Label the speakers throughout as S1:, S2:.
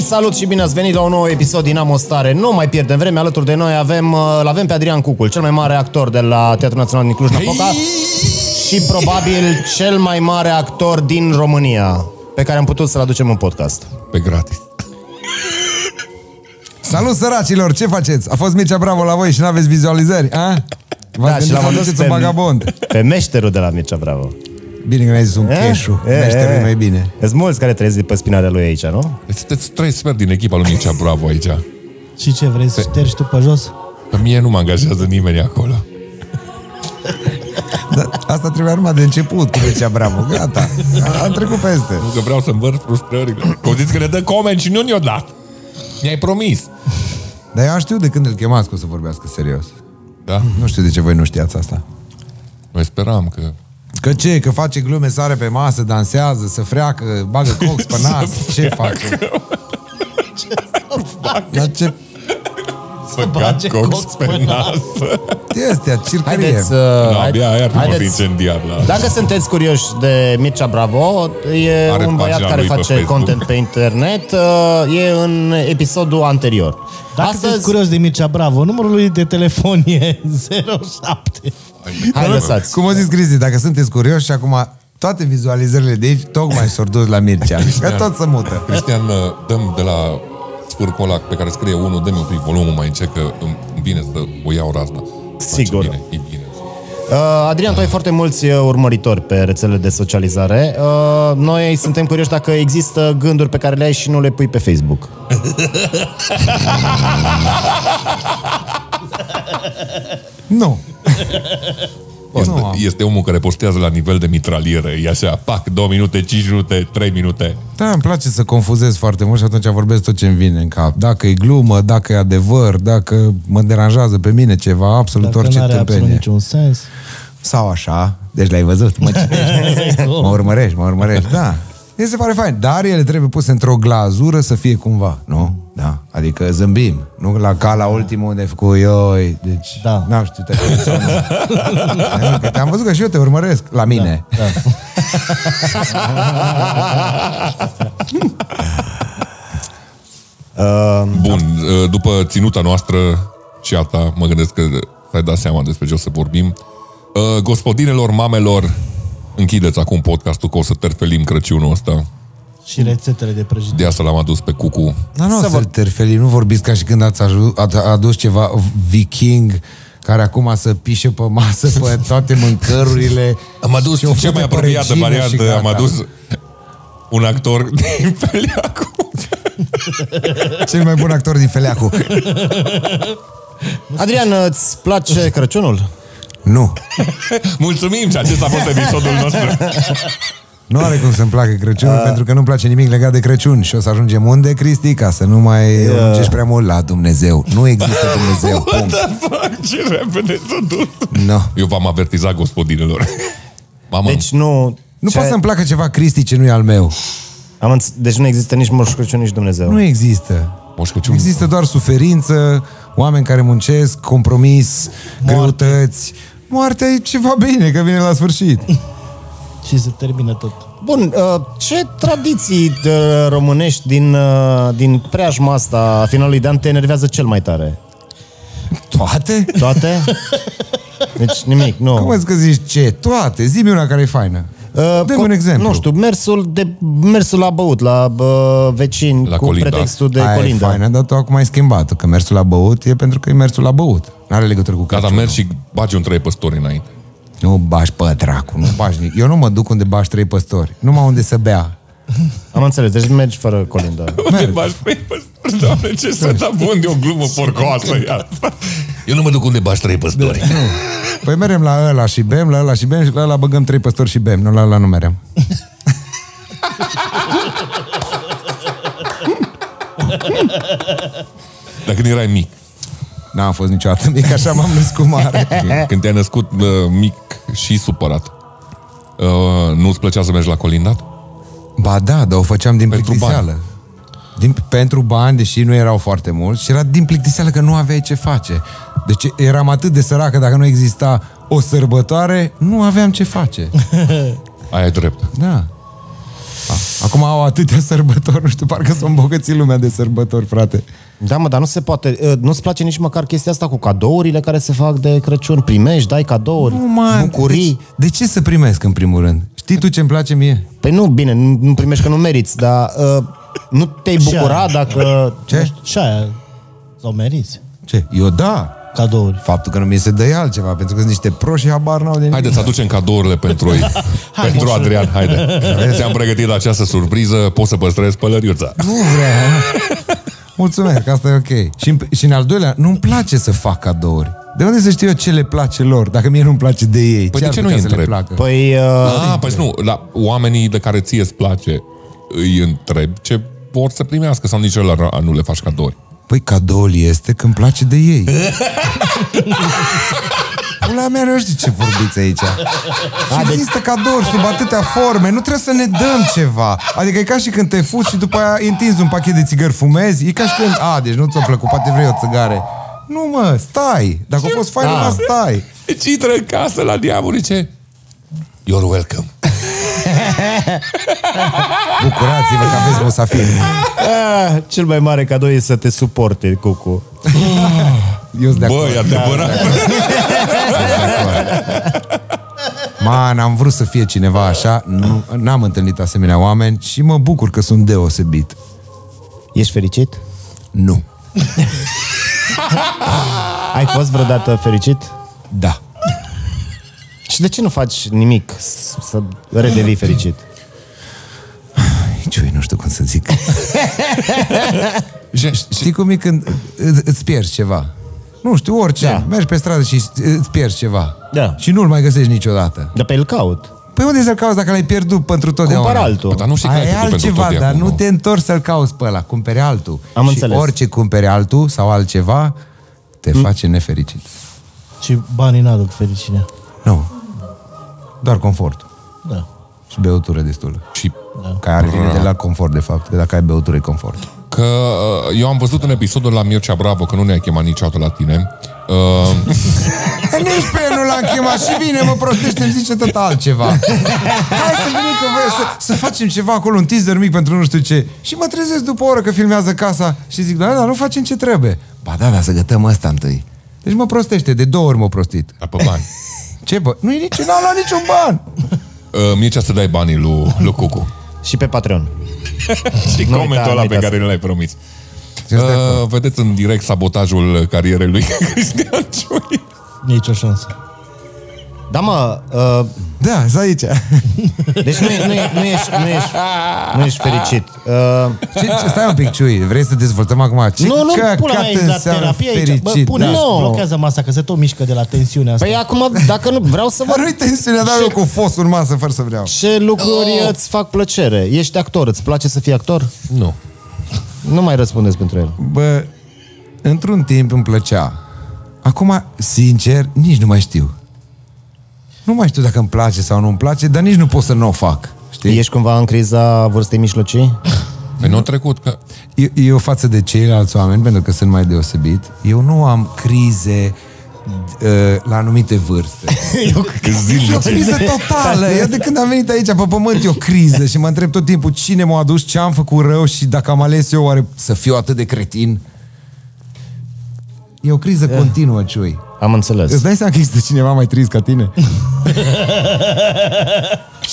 S1: salut și bine ați venit la un nou episod din Amostare. Nu mai pierdem vreme, alături de noi avem, uh, îl avem pe Adrian Cucul, cel mai mare actor de la Teatrul Național din Cluj-Napoca și probabil cel mai mare actor din România, pe care am putut să-l aducem în podcast.
S2: Pe gratis. Salut
S3: Păi
S2: săracilor, ce faceți? A fost Mircea Bravo la voi și n-aveți vizualizări, a?
S1: Da,
S2: V-ați gândit să aduceți un vagabond.
S1: pe meșterul de la Mircea Bravo. Eh?
S2: Bine că mi-ai zis un cheșu. Meșterul e mai bine.
S1: Sunt mulți care trăiesc de pe spinarea lui aici, nu?
S2: Sunteți trei sfert din echipa lui Mircea Bravo aici.
S4: Și ce vrei să ștergi tu pe jos?
S2: Pe mine nu mă angajează nimeni acolo.
S3: Da, asta trebuia numai de început cu Mircea Bravo. Gata. A- Am trecut peste.
S2: Nu că vreau să învărt frustrările. Că ziți că ne dă comen și nu ne-o dat. Mi-ai promis.
S3: Dar eu am știut de când îl chemați că o să vorbească serios.
S2: Da?
S3: Nu știu de ce voi nu știați asta.
S2: Noi speram că...
S3: Că ce? Că face glume, sare pe masă, dansează, se freacă, bagă cox pe nas. Ce face? Dar ce
S2: Să bage cox pe nas.
S3: este a circărie?
S1: Haideți, uh, să-
S2: Da,
S1: haide-
S2: abia aia ar fi da. fost
S1: haideți- Da,
S2: incendiar la...
S1: Dacă sunteți curioși de Mircea Bravo, e
S2: Are
S1: un băiat
S2: pagina
S1: care
S2: lui pe
S1: face
S2: Facebook.
S1: content pe internet, uh, e în episodul anterior.
S4: Dacă Astăzi... sunteți curios de Mircea Bravo, numărul lui de telefon e 07.
S1: hai lăsați.
S3: Cum a zis Cristi, dacă sunteți curioși și acum toate vizualizările de aici tocmai s-au dus la Mircea. Că
S4: Da.
S3: tot se mută.
S2: Cristian, uh, dăm de la spurcul ăla pe care scrie 1, dă-mi un pic volumul mai încet, că îmi îmi vine să o iau razna.
S1: Sigur.
S2: E bine, e bine.
S1: Uh, Adrian, tu ai foarte mulți uh, urmăritori pe rețelele de socializare. Uh, Noi suntem curioși dacă există gânduri pe care le ai și nu le pui pe Facebook.
S3: Nu.
S2: Este,
S3: Nu.
S2: este omul care postează la nivel de mitraliere. E așa, pac, 2 minute, 5 minute, 3 minute.
S3: Da, îmi place să confuzez foarte mult și atunci vorbesc tot ce îmi vine în cap. Dacă e glumă, dacă e adevăr, dacă mă deranjează pe mine ceva, absolut
S4: Dacă
S3: orice
S4: nu are absolut
S3: tâmpenie.
S4: niciun sens.
S3: Sau așa, deci l-ai văzut, mă citești. mă urmărești, mă urmărești, da. Mi se pare fain, dar ele trebuie puse într-o glazură să fie cumva, nu? Da, adică zâmbim, nu la ca la ultimul unde ai făcut ioi, deci
S4: Da.
S3: n-am știut așa. Te-am văzut că și eu te urmăresc, la mine. Da,
S1: Uh,
S2: Bun, uh, după ținuta noastră și a ta, mă gândesc că ai dat seama despre ce o să vorbim. Uh, Gospodinelor, mamelor, închideți acum podcastul că o să terfelim Crăciunul ăsta.
S4: Și rețetele de prăjitură.
S2: De asta l-am adus pe Cucu.
S3: da. nu, să vă... terfeli, nu vorbiți ca și când ați aju- a- adus ceva viking care acum să pișe pe masă pe toate mâncărurile.
S2: Am adus
S3: și o
S2: cea
S3: fute
S2: mai
S3: pe
S2: apropiată
S3: regină și
S2: variantă, am
S3: gata.
S2: adus un actor din Peliacu.
S3: Cel mai bun actor din Feleacu.
S1: Adrian, îți place Crăciunul?
S3: Nu.
S2: Mulțumim și acesta a fost episodul nostru.
S3: Nu are cum să-mi placă Crăciunul, uh. pentru că nu-mi place nimic legat de Crăciun. Și o să ajungem unde, Cristi, ca să nu mai uh. lungești prea mult la Dumnezeu. Nu există Dumnezeu. Punct.
S2: Ce repede s-a dus.
S3: No.
S2: Eu v-am avertizat, gospodinelor. Mamă, deci,
S1: Deci nu...
S3: Nu
S1: ce-
S3: poate să-mi placă ceva, Cristi, ce nu e al meu.
S1: am înț- Deci nu există nici Moș Crăciun, nici Dumnezeu.
S3: Nu există.
S2: Moș Crăciun.
S3: Există doar suferință, oameni care muncesc, compromis, moarte. greutăți. Moartea e ceva bine, că vine la sfârșit.
S4: Și se termină tot.
S1: Bun, uh, ce tradiții uh, românești din, uh, din preajma asta a finalului de an te enervează cel mai tare?
S3: Toate?
S1: Toate? Deci nimic,
S3: Cum
S1: nu.
S3: îți că zici ce? Toate. Zi-mi una care e faină. Uh, Dă-mi
S1: co-
S3: un exemplu.
S1: Nu știu, mersul, de, mersul la băut, la uh, vecini,
S2: La
S1: cu
S2: colinda.
S1: pretextul de
S3: Aia
S1: colindă.
S3: e faină, dar tu acum ai schimbat că mersul la băut e pentru că e mersul la băut. Nu are legătură cu
S2: gata,
S3: Crăciunul.
S2: mergi și bagi un trei păstori înainte.
S3: Nu bași pe dracu, nu bași nici. Eu nu mă duc unde bași trei păstori, numai unde să bea.
S1: Am înțeles, deci mergi fără colindă.
S2: Unde bagi trei păstori? Doamne, ce să da bun de o glumă porcoasă Da. e asta. Eu nu mă duc unde bagi trei păstori.
S3: Păi merem la ăla și bem, la ăla și bem și la ăla băgăm trei păstori și bem, nu la ăla nu merem.
S2: Dar când erai mic,
S3: N-am fost niciodată mic, așa m-am născut mare.
S2: când te-ai născut uh, mic și supărat, uh, nu-ți plăcea să mergi la colindat?
S3: Ba da, dar o făceam din
S2: Pentru
S3: plictiseală. Din, pentru bani, deși nu erau foarte mulți, și era din plictiseală că nu aveai ce face. Deci eram atât de săracă, dacă nu exista o sărbătoare, nu aveam ce face.
S2: Aia e drept.
S3: Da. Acum au atâtea sărbători, nu știu, parcă s-au îmbogățit lumea de sărbători, frate.
S1: Da, mă, dar nu se poate, uh, nu-ți place nici măcar chestia asta cu cadourile care se fac de Crăciun. Primești, dai cadouri,
S3: Nu, man,
S1: bucurii.
S3: Deci, de ce să primesc în primul rând? Știi tu ce-mi place mie?
S1: Păi nu, bine, nu nu primești că nu meriți, dar uh, nu te-ai
S4: Ce
S1: bucura
S4: ai?
S1: dacă...
S3: Ce?
S4: Și aia, s-au meriți
S3: Ce? Eu da.
S4: cadouri.
S3: Faptul că nu mi se dă altceva, pentru că sunt niște proști și habar n-au de nimic.
S2: Haideți, aducem cadourile pentru ei. pentru
S4: moșule.
S2: Adrian, haide. Ți-am pregătit această surpriză, poți să păstrezi pălăriuța.
S3: Nu vreau. Mulțumesc, asta e ok. Și în, și în al doilea, nu-mi place să fac cadouri. De unde să știu eu ce le place lor, dacă mie nu-mi place de ei?
S2: Păi de
S3: ar
S2: ce nu
S3: putea
S2: îi
S3: să le
S2: întrebi?
S3: placă?
S1: Păi, uh,
S2: Ah, păi nu, la oamenii de care ție îți place, îi întreb ce vor să primească sau nici ăla nu le faci cadouri.
S3: Păi cadoul este când place de ei. Pula mea, nu știu ce vorbiți aici. Și există cadouri sub atâtea forme, nu trebuie să ne dăm ceva. Adică e ca și când te fuți și după aia întinzi un pachet de țigări, fumezi, e ca și când, a, deci nu ți-o plăcut, poate vrei o țigare. Nu mă, stai, dacă a fost faină,
S1: Da.
S3: da. stai.
S2: Deci intră în casă la diavol, ce? You're welcome.
S3: Bucurați-vă că aveți musafiri.
S1: a, cel mai mare cadou e să te suporte, Cucu.
S3: Eu sunt de acord.
S2: Bă, e adevărat.
S3: Man, am vrut să fie cineva așa, nu, n-am întâlnit asemenea oameni și mă bucur că sunt deosebit.
S1: Ești fericit?
S3: Nu.
S1: Ai fost vreodată fericit?
S3: Da.
S1: Și de ce nu faci nimic s- să redevii fericit?
S3: Nici eu nu știu cum să zic. Știi cum e când î- îți pierzi ceva? Nu știu, orice.
S1: Da.
S3: Da. Mergi pe stradă și îți pierzi ceva.
S1: Da.
S3: Și nu-l mai găsești niciodată.
S1: Dar pe el caut.
S3: Păi unde să-l cauți dacă l-ai pierdut pentru totdeauna?
S1: Cumpăr altul.
S2: Păi, dar nu știi că
S3: Aia
S2: ai
S3: e
S2: trecut pentru
S3: altceva,
S2: tot
S3: dar nu
S2: nu?
S3: te întorci să-l cauți pe ăla. Cumperi altul.
S1: Am
S3: și
S1: înțeles. Mm.
S3: orice cumperi altul sau altceva, te face nefericit.
S4: Și banii n-aduc fericirea.
S3: Nu. Doar confort.
S4: Da.
S3: Și băutură destulă.
S2: Și
S3: Că are limite la confort, de fapt. Că dacă ai băutură, e confort.
S2: că uh, eu am văzut un episodul la Mircea Bravo, că nu ne-ai chemat niciodată la tine. Uh,
S3: Nici pe el nu l-am chemat și vine, mă prostește, îmi zice tot altceva. Hai să venim cu voi, să, să facem ceva acolo, un teaser mic pentru nu știu ce. Și mă trezesc după o oră că filmează casa și zic, da, da, nu facem ce trebuie. Ba da, da, să gătăm ăsta întâi. Deci mă prostește, de două ori mă prostit.
S2: dar pe bani.
S3: Ce bă? Nu-i nici, n-am luat niciun ban.
S2: Uh, Mircea să dai banii lui, lui Cucu.
S1: Și pe Patreon.
S2: Și
S1: Nu
S2: comentul
S1: uita,
S2: ăla
S1: nu
S2: pe
S1: uita
S2: care nu l-ai promis.
S3: Și asta e acolo.
S2: Uh, vedeți în direct sabotajul carierei lui Cristian Ciui.
S4: Nici o șansă.
S1: Da, mă, uh,
S3: Da, să aici.
S1: deci nu, e- nu, e- nu, ești, nu, ești, nu ești fericit. Uh,
S3: Ce, ce, stai un pic, Ciui, vrei să dezvoltăm acum? Ce
S1: Nu, nu,
S3: căcat
S1: pula mea, e la
S3: înseamnă
S4: exact Terapie aici.
S3: fericit?
S4: Bă, pune,
S1: da.
S4: no.
S1: Nu.
S4: blochează masa, că se tot mișcă de la tensiunea asta.
S1: păi acum, dacă nu, vreau să
S3: Dar
S1: văd
S3: nu-i tensiunea, dar eu cu fostul în masă fără să vreau.
S1: ce lucruri oh. îți fac plăcere. Ești actor, îți place să fii actor?
S2: Nu.
S1: Nu mai răspundeți pentru el.
S3: Bă, într-un timp îmi plăcea. Acum, sincer, nici nu mai știu. Nu mai știu dacă îmi place sau nu îmi place, dar nici nu pot să nu o fac. Știi?
S1: Ești cumva în criza vârstei mijlocii?
S2: Păi nu a trecut, că...
S3: Eu, eu față de ceilalți oameni, pentru că sunt mai deosebit, eu nu am crize d- uh, la anumite vârste. E o criză totală. Eu de când am venit aici pe pământ e o criză și mă întreb tot timpul cine m-a adus, ce am făcut rău și dacă am ales eu oare să fiu atât de cretin. E o criză
S4: Eh.
S3: continuă, Ciui.
S1: Am înțeles.
S3: Îți dai seama că există cineva mai trist ca tine?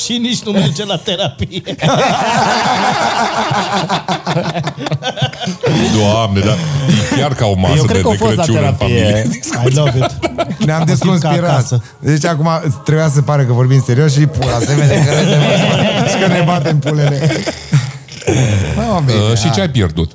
S4: Și nici nu merge la terapie.
S2: Doamne, dar e chiar ca o masă
S1: Eu
S2: de,
S1: cred că
S2: de
S1: au fost la
S2: Crăciun în
S1: terapie.
S2: familie.
S4: I love it.
S3: Ne-am
S4: Mă simt ca
S3: desconspirat.
S4: acasă.
S3: Deci acum trebuia să pare că vorbim serios și pula se vede că râdem și că ne batem pulele. Mă,
S2: Uh,
S3: bine,
S1: da.
S2: și ce ai pierdut?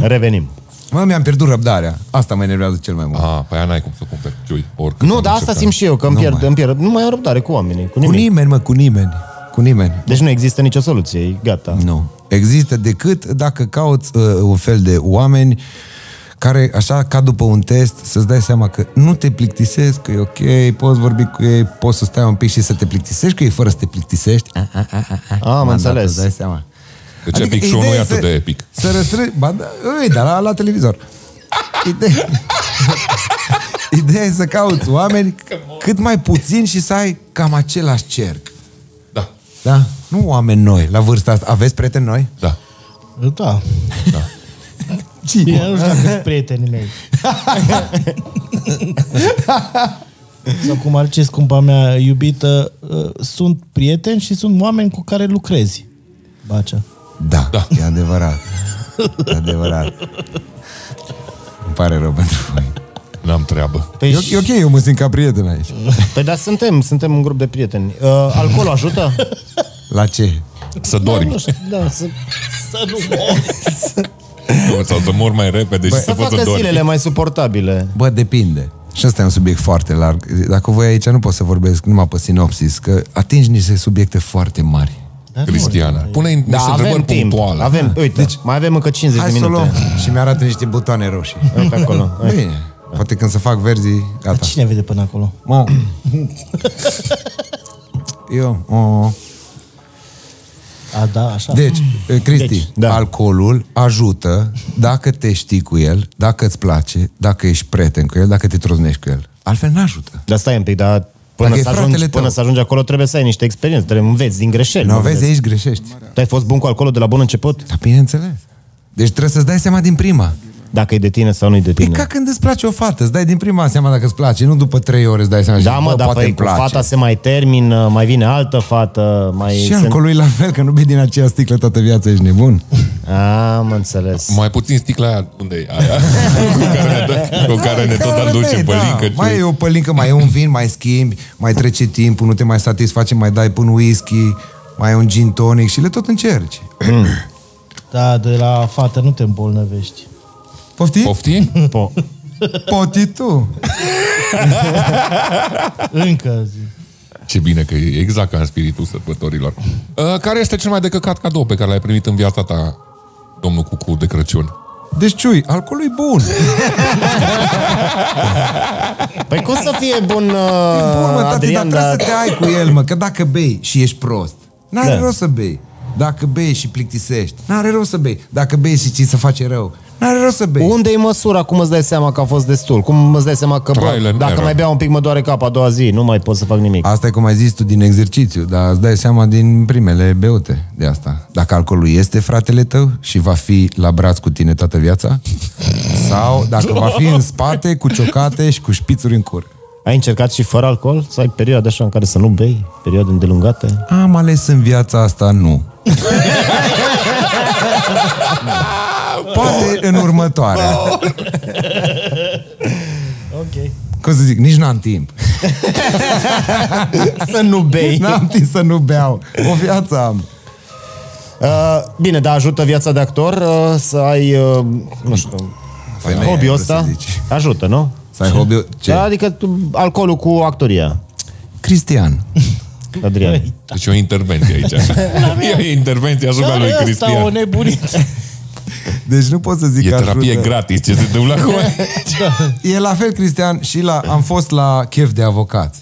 S1: Revenim.
S3: mă, mi-am pierdut răbdarea. Asta mă enervează cel mai mult.
S2: Ah, păi aia n-ai cum să cumperi ciui. Oricât
S1: Nu,
S2: am
S1: dar asta
S2: încercat.
S1: simt și eu, că îmi
S3: Nu
S1: pierd,
S3: mai.
S1: îmi pierd. Nu mai am răbdare cu oamenii, cu
S3: Cu
S1: nimic.
S3: nimeni, mă, cu nimeni. Cu nimeni.
S1: Deci nu există nicio soluție, e gata.
S3: Nu. Există decât dacă cauți uh, un fel de oameni care, așa ca după un test, să-ți dai seama că nu te plictisesc, că e ok, poți vorbi cu ei, poți să stai un pic și să te plictisești cu ei fără să te plictisești. Ah, ah, ah, ah, ah.
S1: Am
S3: Mandatul,
S1: înțeles.
S3: Îți dai seama.
S2: Deci
S1: adică
S2: epic show nu
S3: Adică
S2: e
S3: ideea
S2: atât
S3: să-
S2: de epic.
S3: Să răstrâi... Ba, da, ui, dar la, la televizor. Ideea... Ideea e să cauți oameni cât mai puțin și să ai cam același cerc.
S2: Da.
S3: Da? Nu oameni noi, la vârsta asta. Aveți prieteni noi?
S2: Da.
S4: Da.
S3: Cine?
S4: Eu nu știu dacă sunt prietenii mei. Sau cum ar ce scumpa mea iubită, uh, sunt prieteni și sunt oameni cu care lucrezi. Bacea.
S3: Da, da. e adevărat. E adevărat. Îmi pare rău pentru voi.
S2: N-am treabă.
S1: Păi,
S3: E, ok- e ok, eu mă simt ca prieten aici.
S1: păi da, suntem, suntem un grup de prieteni. Uh, alcoolul ajută?
S3: La ce?
S2: Să dormi.
S1: Nu știu, da, să,
S4: Să
S3: Păi,
S4: nu mor.
S2: Sau să mor mai repede și
S1: să
S2: să pot
S1: facă
S2: să dormi.
S1: zilele mai suportabile.
S3: Bă, depinde. Și ăsta e un subiect foarte larg. Dacă voi aici nu pot să vorbesc numai pe sinopsis, că atingi niște subiecte foarte mari.
S2: Cristiana. Pune niște
S1: Da, avem
S2: întrebări
S1: timp.
S2: punctuale.
S1: Avem, uite, deci, mai avem încă 50
S3: Ah. Hai
S1: de
S3: să o luăm
S1: minute.
S3: și mi-arată niște butoane roșii.
S1: Uite acolo.
S3: Bine, Deci- poate când să fac verzii, gata.
S4: Cine vede până acolo?
S3: Mă. Eu, o, o.
S4: A, da, așa.
S3: Deci, eh, Cristi, deci,
S1: da.
S3: da. alcoolul ajută dacă te știi cu el, dacă îți place, dacă ești prieten cu el, dacă te troznești cu el. Altfel nu ajută.
S1: Dar stai un pic, dar până,
S3: Dacă e
S1: să
S3: fratele
S1: ajungi,
S3: tău.
S1: până să ajungi acolo trebuie să ai niște experiențe, trebuie înveți din greșeli.
S3: Nu
S1: mă
S3: vezi,
S1: gândesc.
S3: aici greșești.
S1: Tu ai fost bun cu alcoolul de la bun început?
S3: Dar bineînțeles. Deci trebuie să-ți dai seama din prima.
S1: Dacă e de tine sau nu e de
S3: E
S1: tine.
S3: Păi ca când îți place o fată, îți dai din prima seama dacă îți place, nu după trei ore îți dai seama.
S1: da,
S3: și,
S1: mă,
S3: bă,
S1: dar
S3: poate
S1: păi,
S3: îmi
S1: cu
S3: place.
S1: fata se mai termină, mai vine altă fată, mai...
S3: Și alcoolul e la fel, că nu bei din aceea sticlă toată viața, ești nebun.
S1: Am înțeles.
S2: Mai puțin sticla aia, unde e aia? cu care ne, dă, cu care ne tot
S3: Care bei,
S2: aduce pe
S1: da.
S2: lincă.
S3: da. Mai e
S2: ce-
S3: o pălincă, mai e un vin, mai schimbi, mai trece timpul, nu te mai satisface, mai dai până whisky, mai e un gin tonic și le tot încerci.
S4: Da, de la fată nu te îmbolnăvești.
S3: Poftim? Pof.
S2: Poftim?
S1: Po-
S3: Poti tu.
S4: Încă zi.
S2: Ce bine că e exact ca în spiritul sărbătorilor. Uh, care este cel mai decăcat cadou pe care l-ai primit în viața ta, domnul Cucu de Crăciun?
S3: Deci, ciui, alcoolul e bun.
S1: Păi cum să fie bun, uh,
S3: Bun, mă, tati, dar
S1: Adrian,
S3: trebuie să
S1: dar...
S3: te ai cu el, mă, că dacă bei și ești prost, n-are
S1: Da.
S3: rost să bei. Dacă bei și plictisești, n-are rost să bei. Dacă bei și ți se face rău, n-are rost să bei.
S1: Unde e măsura? Cum îți dai seama că a fost destul? Cum îți dai seama că
S2: Trial
S1: bă,
S2: and
S1: dacă
S2: error.
S1: mai beau un pic mă doare cap a doua zi, nu mai pot să fac nimic.
S3: Asta e cum ai zis tu din exercițiu, dar îți dai seama din primele beute de asta. Dacă alcoolul este fratele tău și va fi la braț cu tine toată viața, sau dacă va fi în spate cu ciocate și cu șpițuri în cur.
S1: Ai încercat și fără alcool? Să ai perioade așa în care să nu bei? Perioade îndelungate?
S3: Am ales în viața asta nu. Poate în următoarea.
S4: Ok.
S3: Cum să zic, nici n-am timp.
S1: Să nu bei!
S3: N-am timp să nu beau. O viață am.
S1: Uh, bine, dar ajută viața de actor uh, să ai, uh, nu știu,
S3: Femeie,
S1: hobby-ul
S3: ai vrut să
S1: ăsta?
S3: zici.
S1: Ajută, nu?
S3: Să ai hobby
S1: Ce?
S3: Ce?
S1: Adică tu, alcoolul cu actoria,
S3: Cristian.
S1: Adrian.
S2: Deci e o intervenție aici. e o intervenție asupra lui
S4: Asta o
S2: Cristian.
S4: nebunit.
S3: Deci nu pot să zic
S2: E
S3: că
S2: terapie
S3: ajută.
S2: gratis. Ce se întâmplă acum?
S3: E la fel, Cristian, și la, am fost la chef de avocați.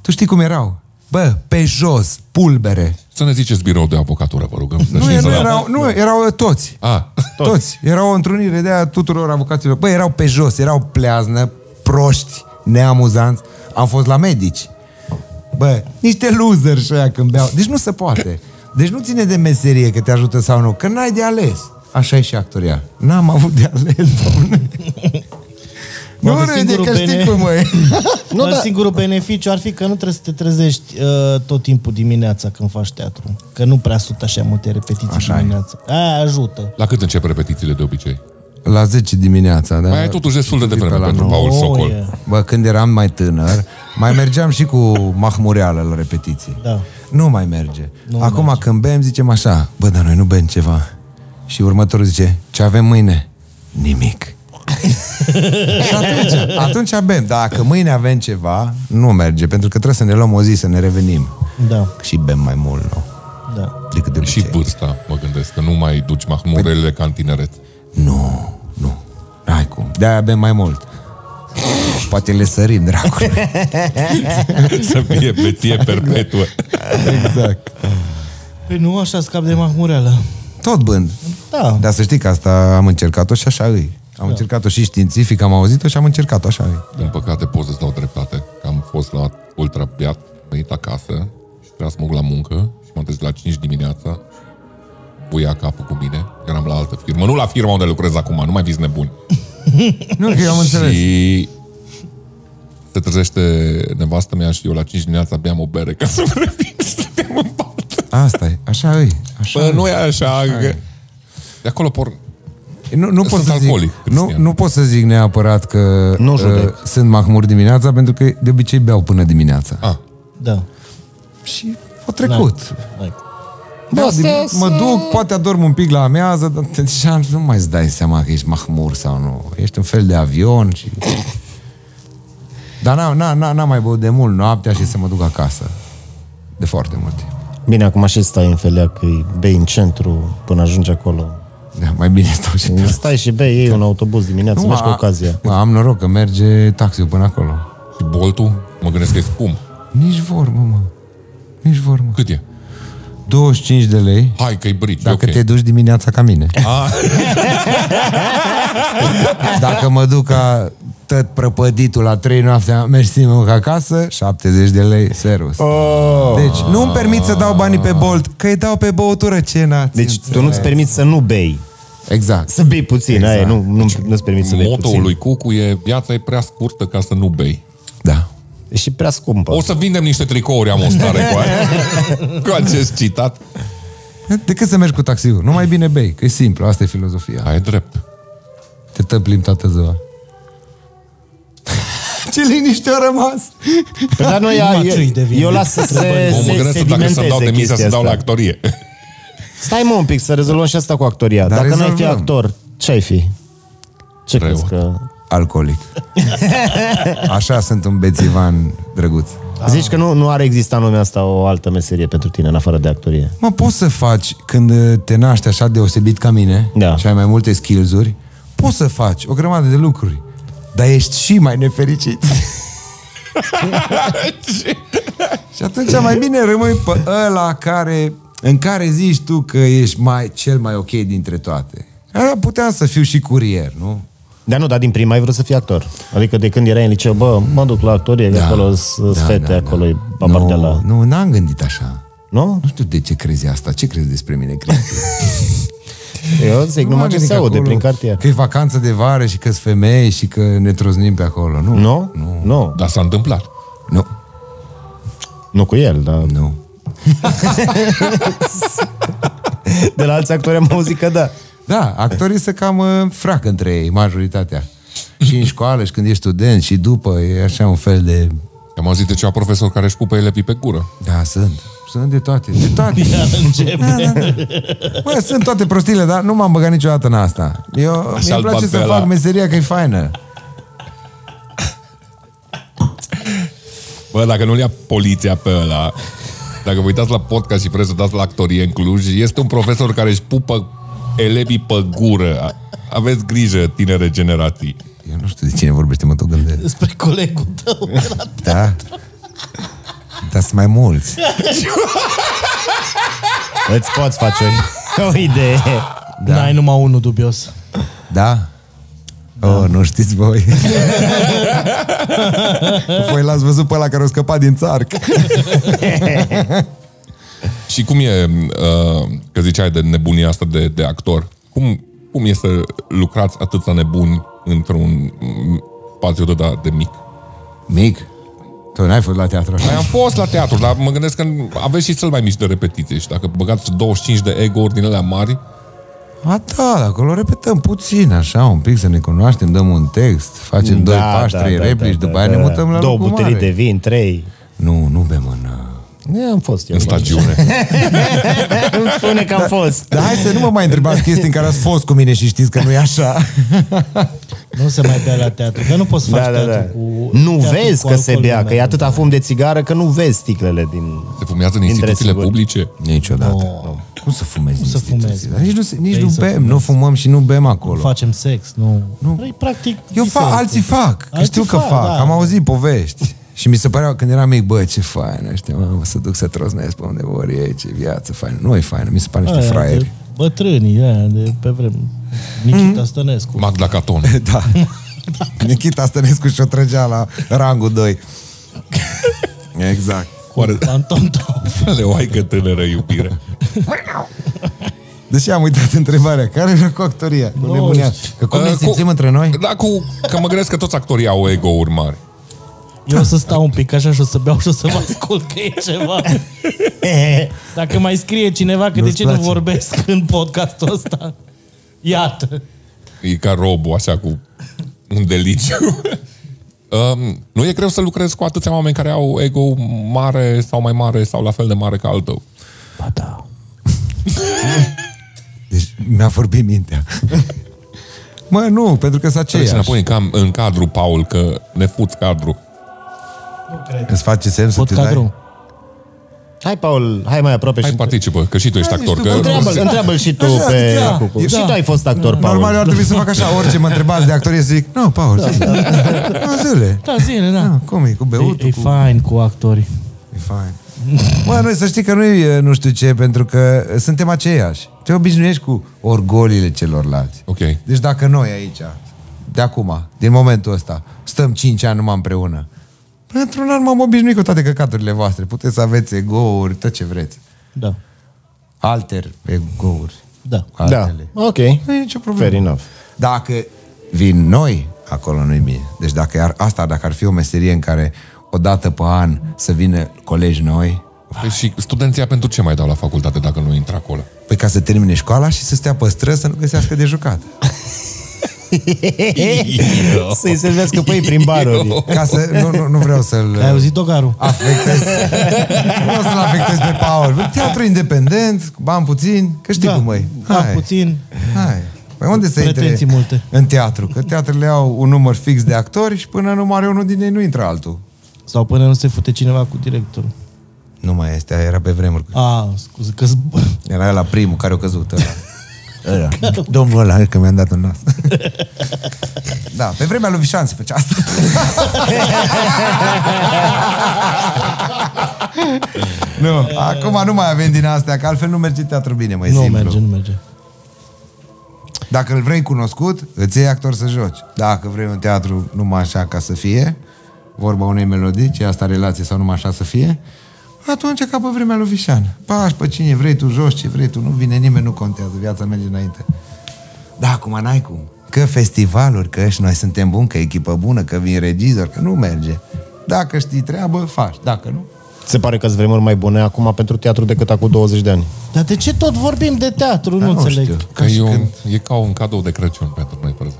S3: Tu știi cum erau? Bă, pe jos, pulbere.
S2: Să ne ziceți birou de avocatură, vă rugăm. Să
S3: Nu,
S2: știți
S3: nu,
S2: la- Ah,
S3: erau, nu, erau toți.
S2: A,
S3: Toți. toți. Era o întrunire de a tuturor avocaților. Bă, erau pe jos, erau pleaznă, proști, neamuzanți. Am fost la medici. Bă, niște loser și aia când beau. Deci nu se poate. Deci nu ține de meserie că te ajută sau nu, că n-ai de ales. Așa e și actoria. N-am avut de ales, domnule.
S4: Mă,
S3: Nu
S4: de
S3: râde,
S4: singurul
S3: că știi
S4: bene-
S3: cum e.
S4: Nu, Dar singurul beneficiu ar fi că nu trebuie să te trezești uh, tot timpul dimineața când faci teatru. Că nu prea sunt așa multe repetiții
S3: Așa e.
S4: așa dimineața. Aia ajută.
S2: la cât încep repetițiile de obicei?
S3: La 10 dimineața, da?
S2: Mai ai totuși destul de devreme
S3: Pe la
S2: pentru
S3: nouă.
S2: Paul Socol.
S4: e.
S3: Bă, când eram mai tânăr, mai mergeam și cu mahmureală la repetiții.
S4: Da.
S3: Nu mai merge.
S4: Nu
S3: Nu Acum merge. când bem, zicem așa, bă, dar noi nu bem ceva. Și următorul zice, ce avem mâine? Nimic. Și atunci, atunci bem. Dacă mâine avem ceva, nu merge, pentru că trebuie să ne luăm o zi, să ne revenim.
S4: Da,
S3: Și bem mai mult, nu?
S4: da.
S3: Decât de
S2: Și
S3: obicei. Păi-
S2: vârsta, mă gândesc, că nu mai duci mahmurele ca în tineret.
S3: Nu, nu. Hai cum. De-aia bem mai mult. Poate le sărim, dracule.
S2: Să fie beție
S3: Da.
S2: perpetuă.
S3: exact.
S4: Păi nu așa scap de mahmureală.
S3: Tot bând.
S4: Da. da.
S3: Dar să știi că asta am încercat-o și așa îi. Am încercat-o și științific, am auzit-o și am încercat-o așa îi.
S2: Din păcate pot să-ți dau dreptate, că am fost la ultra beat, venit acasă și trebuia să mă duc la muncă și m-am trezit la 5 dimineața, buia capul cu mine, eram la altă firmă, nu la firma unde lucrez acum, nu mai fiți nebuni.
S3: Nu, că eu am înțeles.
S2: Și se trezește nevastă mea și eu la 5 dimineața beam o bere ca să mă revin să stăteam în pat.
S3: Asta e, așa e.
S2: Bă,
S3: Așa Păi, e.
S2: nu e așa, că... De acolo por...
S3: Nu, nu pot
S2: Sunt
S3: să
S2: alcoolic,
S3: zic, nu,
S2: Cristian.
S3: nu pot să zic neapărat că
S1: Nu judec.
S3: uh, sunt mahmur dimineața, pentru că de obicei beau până dimineața.
S2: Ah,
S4: Da.
S3: Și a trecut.
S4: Hai.
S3: Da, din, mă duc, poate adorm un pic la amiază, dar te- deja nu mai îți dai seama că ești mahmur sau nu. Ești un fel de avion și... Dar n-am, n-am, n-am mai băut de mult noaptea și să mă duc acasă. De foarte mult timp.
S1: Bine, acum și stai în felea că îi bei în centru până ajungi acolo.
S3: Da, mai bine stau și pe
S1: Stai și bei, iei un autobuz dimineața, nu, mergi cu
S3: a-
S1: ocazia.
S3: a- Am noroc că merge taxiul până acolo.
S2: și boltul, mă gândesc că e scump.
S3: Nici vorbă, mă. Nici vorbă.
S2: Cât e?
S3: 25 de lei.
S2: Hai că-i brici,
S3: Dacă
S2: ok.
S3: te duci dimineața ca mine.
S2: Ah.
S3: Dacă mă duc ca tot prăpăditul la 3 noaptea, mersi mă duc acasă, 70 de lei, serus. Oh. Deci nu-mi permit să dau banii pe Bolt, că îi dau pe băutură cena.
S1: Deci tu nu-ți permiți să nu bei.
S3: Exact.
S1: Să bei puțin, exact. aia, e, nu, nu, nu-ți permiți să bei
S2: Motoul
S1: puțin.
S2: lui Cucu e viața e prea scurtă ca să nu bei.
S3: Da.
S1: E și prea scumpă.
S2: O să vindem niște tricouri, am o stare cu, aia, cu acest citat.
S3: Decât să mergi cu taxiul, nu mai bine bei, că e simplu, asta e filozofia.
S2: Ai drept.
S3: Te tăplim toată ziua. Ce liniște a rămas!
S1: Păi, dar noi, a, eu,
S4: Maturi devine.
S1: eu las să se,
S2: Bă, mă
S1: se
S2: gândesc dacă să-mi dau
S1: sedimenteze
S2: demisia,
S1: chestia
S2: să dau la
S1: asta.
S2: actorie.
S1: Stai mă un pic să rezolvăm și asta cu actoria.
S3: Dar
S1: Dacă n-ai fi
S3: rezolvăm.
S1: actor, ce ai fi? Ce
S2: Rău.
S1: crezi că...
S3: Alcoolic. Așa sunt un bețivan drăguț.
S1: Zici că nu, nu ar exista în lumea asta o altă meserie pentru tine, în afară de actorie.
S3: Mă, poți să faci când uh, te naști așa deosebit ca mine
S1: Da.
S3: și ai mai multe skills-uri, poți să faci o grămadă de lucruri, dar ești și mai nefericit. și atunci mai bine rămâi pe ăla care, în care zici tu că ești mai, cel mai ok dintre toate. Aia puteam să fiu și curier, nu?
S1: Dar nu, dar din prima ai vrut să fii actor. Adică de când erai în liceu, bă, mă duc la actorie, da, acolo sunt da, fete, da, acolo e babardela.
S3: Nu, nu, n-am gândit așa.
S1: Nu?
S3: Nu știu de ce crezi asta. Ce crezi despre mine, Cristi?
S1: Eu zic
S3: mă
S1: numai ce
S3: gândesc
S1: se aude
S3: acolo
S1: prin cartier.
S3: Că e vacanță de vară și că sunt femei și că ne troznim pe acolo. Nu.
S1: Nu? Nu. Nu,
S2: Dar s-a întâmplat.
S3: Nu.
S1: nu cu el, da. dar
S3: nu.
S1: de la alți actori am auzit că da.
S3: Da, actorii se cam uh, frac între ei, majoritatea. Și în școală, și când ești student, și după, e așa un fel de...
S2: Am auzit de ceva profesor care își pupă elevii pe gură.
S3: Da, sunt. Sunt de toate. De toate.
S2: Da,
S3: Da,
S4: Începe.
S3: Bă, sunt toate prostiile, dar nu m-am băgat niciodată în asta. Eu, mi-e
S2: îl bag
S3: place
S2: pe
S3: să
S2: ăla.
S3: fac meseria că e faină.
S2: Bă, dacă nu-l ia poliția pe ăla, dacă vă uitați la podcast și vreți să dați la actorie în Cluj, este un profesor care își pupă elevii pe gură. Aveți grijă, tinere generații.
S3: Eu nu știu de cine vorbește, mă tot gândesc.
S4: Despre colegul tău.
S3: Da? Dar sunt mai mulți.
S1: Îți poți face o, o idee.
S4: Da. N-ai numai unul dubios.
S3: Da? da. Oh, nu știți voi. voi l-ați văzut pe ăla care a scăpat din țarc.
S2: Și cum e, uh, că ziceai de nebunia asta de, de actor, cum, cum e să lucrați atâția nebuni într-un mm, spațiu de, de mic?
S3: Mic, tu n-ai fost la teatru
S2: Păi
S3: așa?
S2: am fost la teatru, dar mă gândesc că aveți și cel mai mici de repetiție și dacă băgați 25 de ego-uri din alea mari,
S3: A, da, acolo repetăm puțin, așa, un pic să ne cunoaștem, dăm un text, facem da, doi pași, da, trei da, replici, da, după aia ne mutăm la
S1: Două
S3: locul
S1: butelii
S3: mare.
S1: de vin, trei.
S3: Nu, nu bem în... uh,
S1: Ne am fost eu.
S2: în stagiune.
S1: Îmi spune că am fost.
S3: Dar hai să nu mă mai întrebați chestii în care ați fost cu mine și știți că nu e așa.
S4: Nu se mai bea la teatru. Că nu poți să faci
S1: Da, da,
S4: teatru
S1: da.
S4: cu...
S1: Nu
S4: teatru
S1: vezi
S4: cu
S1: că se
S4: alcool
S1: bea,
S4: în
S1: că e atâta fum de țigară că nu vezi sticlele din...
S2: Se fumează în
S1: Intre,
S2: instituțiile
S1: sigur.
S2: publice.
S3: Niciodată. Oh. Cum să fumezi Cum
S4: să fumezi,
S3: Dar nici nu, se- nici
S4: Ei,
S3: nu
S4: să
S3: bem, nu fumăm și nu bem acolo.
S4: Facem sex, nu... nu. E practic
S3: Eu fac,
S4: diferent.
S3: alții fac, că
S4: Alții
S3: știu că
S4: fac,
S3: fac,
S4: da.
S3: am auzit povești. Și mi se părea când eram mic, bă, ce fain ăștia, mă, o să duc să troznesc pe unde vor ei, ce viață faină. Nu e faină, mi se pare niște
S4: Aia
S3: fraieri.
S4: de Bătrânii, aia de pe vreme. Nikita Stănescu.
S2: Magda Caton.
S3: Da. Nichita Stănescu și-o trăgea la rangul 2. Exact.
S2: Cu are-
S4: Anton Tof.
S2: Spune-le, oaică tânără iubire.
S3: Deși am uitat întrebarea, care era cu actoria? Cu
S4: Nu
S3: nebunia. Că
S4: Ă,
S3: cum
S2: Uh,
S3: ne simțim între noi?
S2: Da, cu, că mă gândesc că toți actorii au ego-uri mari.
S4: Eu o să stau un pic așa și o să beau și o să vă ascult că e ceva. Dacă mai scrie cineva că
S3: Nu-ți
S4: de ce nu
S3: place.
S4: vorbesc în podcastul ăsta, iată.
S2: E ca robul, așa, cu un deliciu. um, nu e greu să lucrezi cu atâția oameni care au ego mare sau mai mare sau la fel de mare ca al tău.
S4: Ba da.
S3: Deci mi-a vorbit mintea. Mă, nu, pentru că s-a
S2: Trebuie să
S3: aceea.
S2: înapoi în, cam, în cadru, Paul, că ne fuți cadru.
S3: Îți face semn să
S4: Pot
S3: te dai?
S4: cadru.
S1: Hai, Paul, hai mai aproape
S2: Hai
S1: și...
S2: participă, că și tu ești
S3: Hai,
S2: actor.
S3: ești tu,
S2: Că
S3: întreabă-l.
S1: Întreabă-l, întreabă-l și tu
S3: Așa,
S1: pe
S3: da,
S1: Cucu.
S3: e-
S1: Și
S3: da.
S1: tu ai fost actor, Paul.
S3: Normal, eu ar trebui să fac așa, orice mă întrebați de actorie, să zic, nu, Paul, zi. Nu, zile.
S4: Da, zile, da.
S3: Cum e, cu
S4: E,
S3: beutul?
S4: e
S3: cu...
S4: fain cu actorii.
S3: E fain. Mă, noi să știi că nu e nu știu ce, pentru că suntem aceiași. Te obișnuiești cu orgolile celorlalți.
S2: Ok.
S3: Deci dacă noi aici, de acum, din momentul ăsta, stăm 5 ani numai împreună, până într-un an m-am obișnuit cu toate căcaturile voastre. Puteți să aveți egouri, tot ce vreți.
S4: Da.
S3: Alter egouri.
S4: Da.
S1: Da,
S3: Altele.
S1: ok.
S3: Nu e nicio problemă.
S1: Fair enough.
S3: Dacă vin noi, acolo nu-i bine. Deci dacă ar, asta, dacă ar fi o meserie în care o dată pe an să vină colegi noi,
S2: Păi și studenția pentru ce mai dau la facultate dacă nu intră acolo?
S3: Păi ca să termine școala și să stea pe stră să nu găsească de jucat.
S1: Să-i servească
S3: păi,
S1: pe ei prin baruri.
S3: Ca să, nu, nu, nu vreau să-l
S4: Ai auzit Dogaru?
S3: afectez. nu vreau să-l afectez pe Paul. Teatru independent, cu bani puțin, că știi
S4: Da,
S3: cum e.
S4: da, puțin.
S3: Hai. Păi unde să intre
S4: Pretenții multe.
S3: în teatru? Că teatrele au un număr fix de actori și până nu are unul din ei nu intră altul.
S4: Sau până nu se fute cineva cu directorul.
S3: Nu mai este, era pe vremuri.
S4: A, scuze, că
S3: Era la primul care a căzut ăla. Ăla. Domnul ăla, hai că mi-am dat un nas. da, pe vremea lui Vișan se făcea asta. nu, acum nu mai avem din astea, că altfel nu merge teatru bine, mai
S4: nu
S3: simplu.
S4: merge, nu merge.
S3: Dacă îl vrei cunoscut, îți iei actor să joci. Dacă vrei un teatru numai așa ca să fie, vorba unei melodii, ce asta relație sau numai așa să fie, atunci e ca pe vremea lui Vișan. Pași pe cine vrei tu, joci ce vrei tu, nu vine nimeni, nu contează, viața merge înainte. Da, acum n-ai cum. Că festivaluri, că și noi suntem buni, că echipă bună, că vin regizori, că nu merge. Dacă știi treabă, faci. Dacă nu,
S1: Se pare că-s vremuri mai bune acum pentru teatru decât acum 20 de ani.
S4: Dar de ce tot vorbim de teatru?
S3: dar
S4: nu,
S3: nu
S4: înțeleg.
S3: știu.
S2: Că e, un, e ca un cadou de Crăciun pentru noi prezent.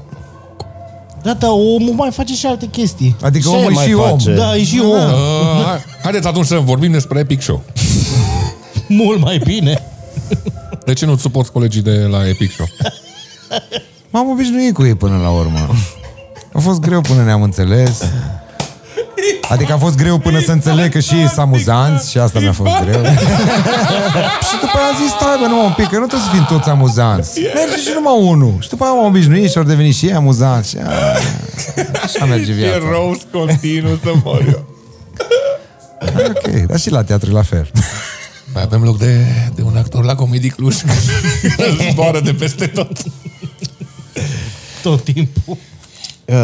S4: Gata, omul mai face și alte chestii.
S3: Adică
S1: Ce
S3: omul e
S1: mai
S3: și om.
S1: face?
S4: Da, e și om.
S2: Uh, hai- haideți atunci să vorbim despre Epic Show.
S4: Mult mai bine.
S2: De ce nu suporți colegii de la Epic Show?
S3: M-am obișnuit cu ei până la urmă. A fost greu până ne-am înțeles. Adică a fost greu până să înțeleg că și ei sunt amuzanți și asta mi-a fost greu. și după aia am zis, stai bă, numai un pic, că nu trebuie să fim toți amuzanți. Merge și numai unul. Și după aia m-am obișnuit și au devenit și ei amuzanți. Și a- așa merge viața.
S2: roast continuu să mor eu.
S3: E ok, dar și la teatru e la fel.
S2: Mai avem loc de, de un actor la Comedy Cluj. Zboară de peste tot.
S4: Tot timpul.
S1: Ah,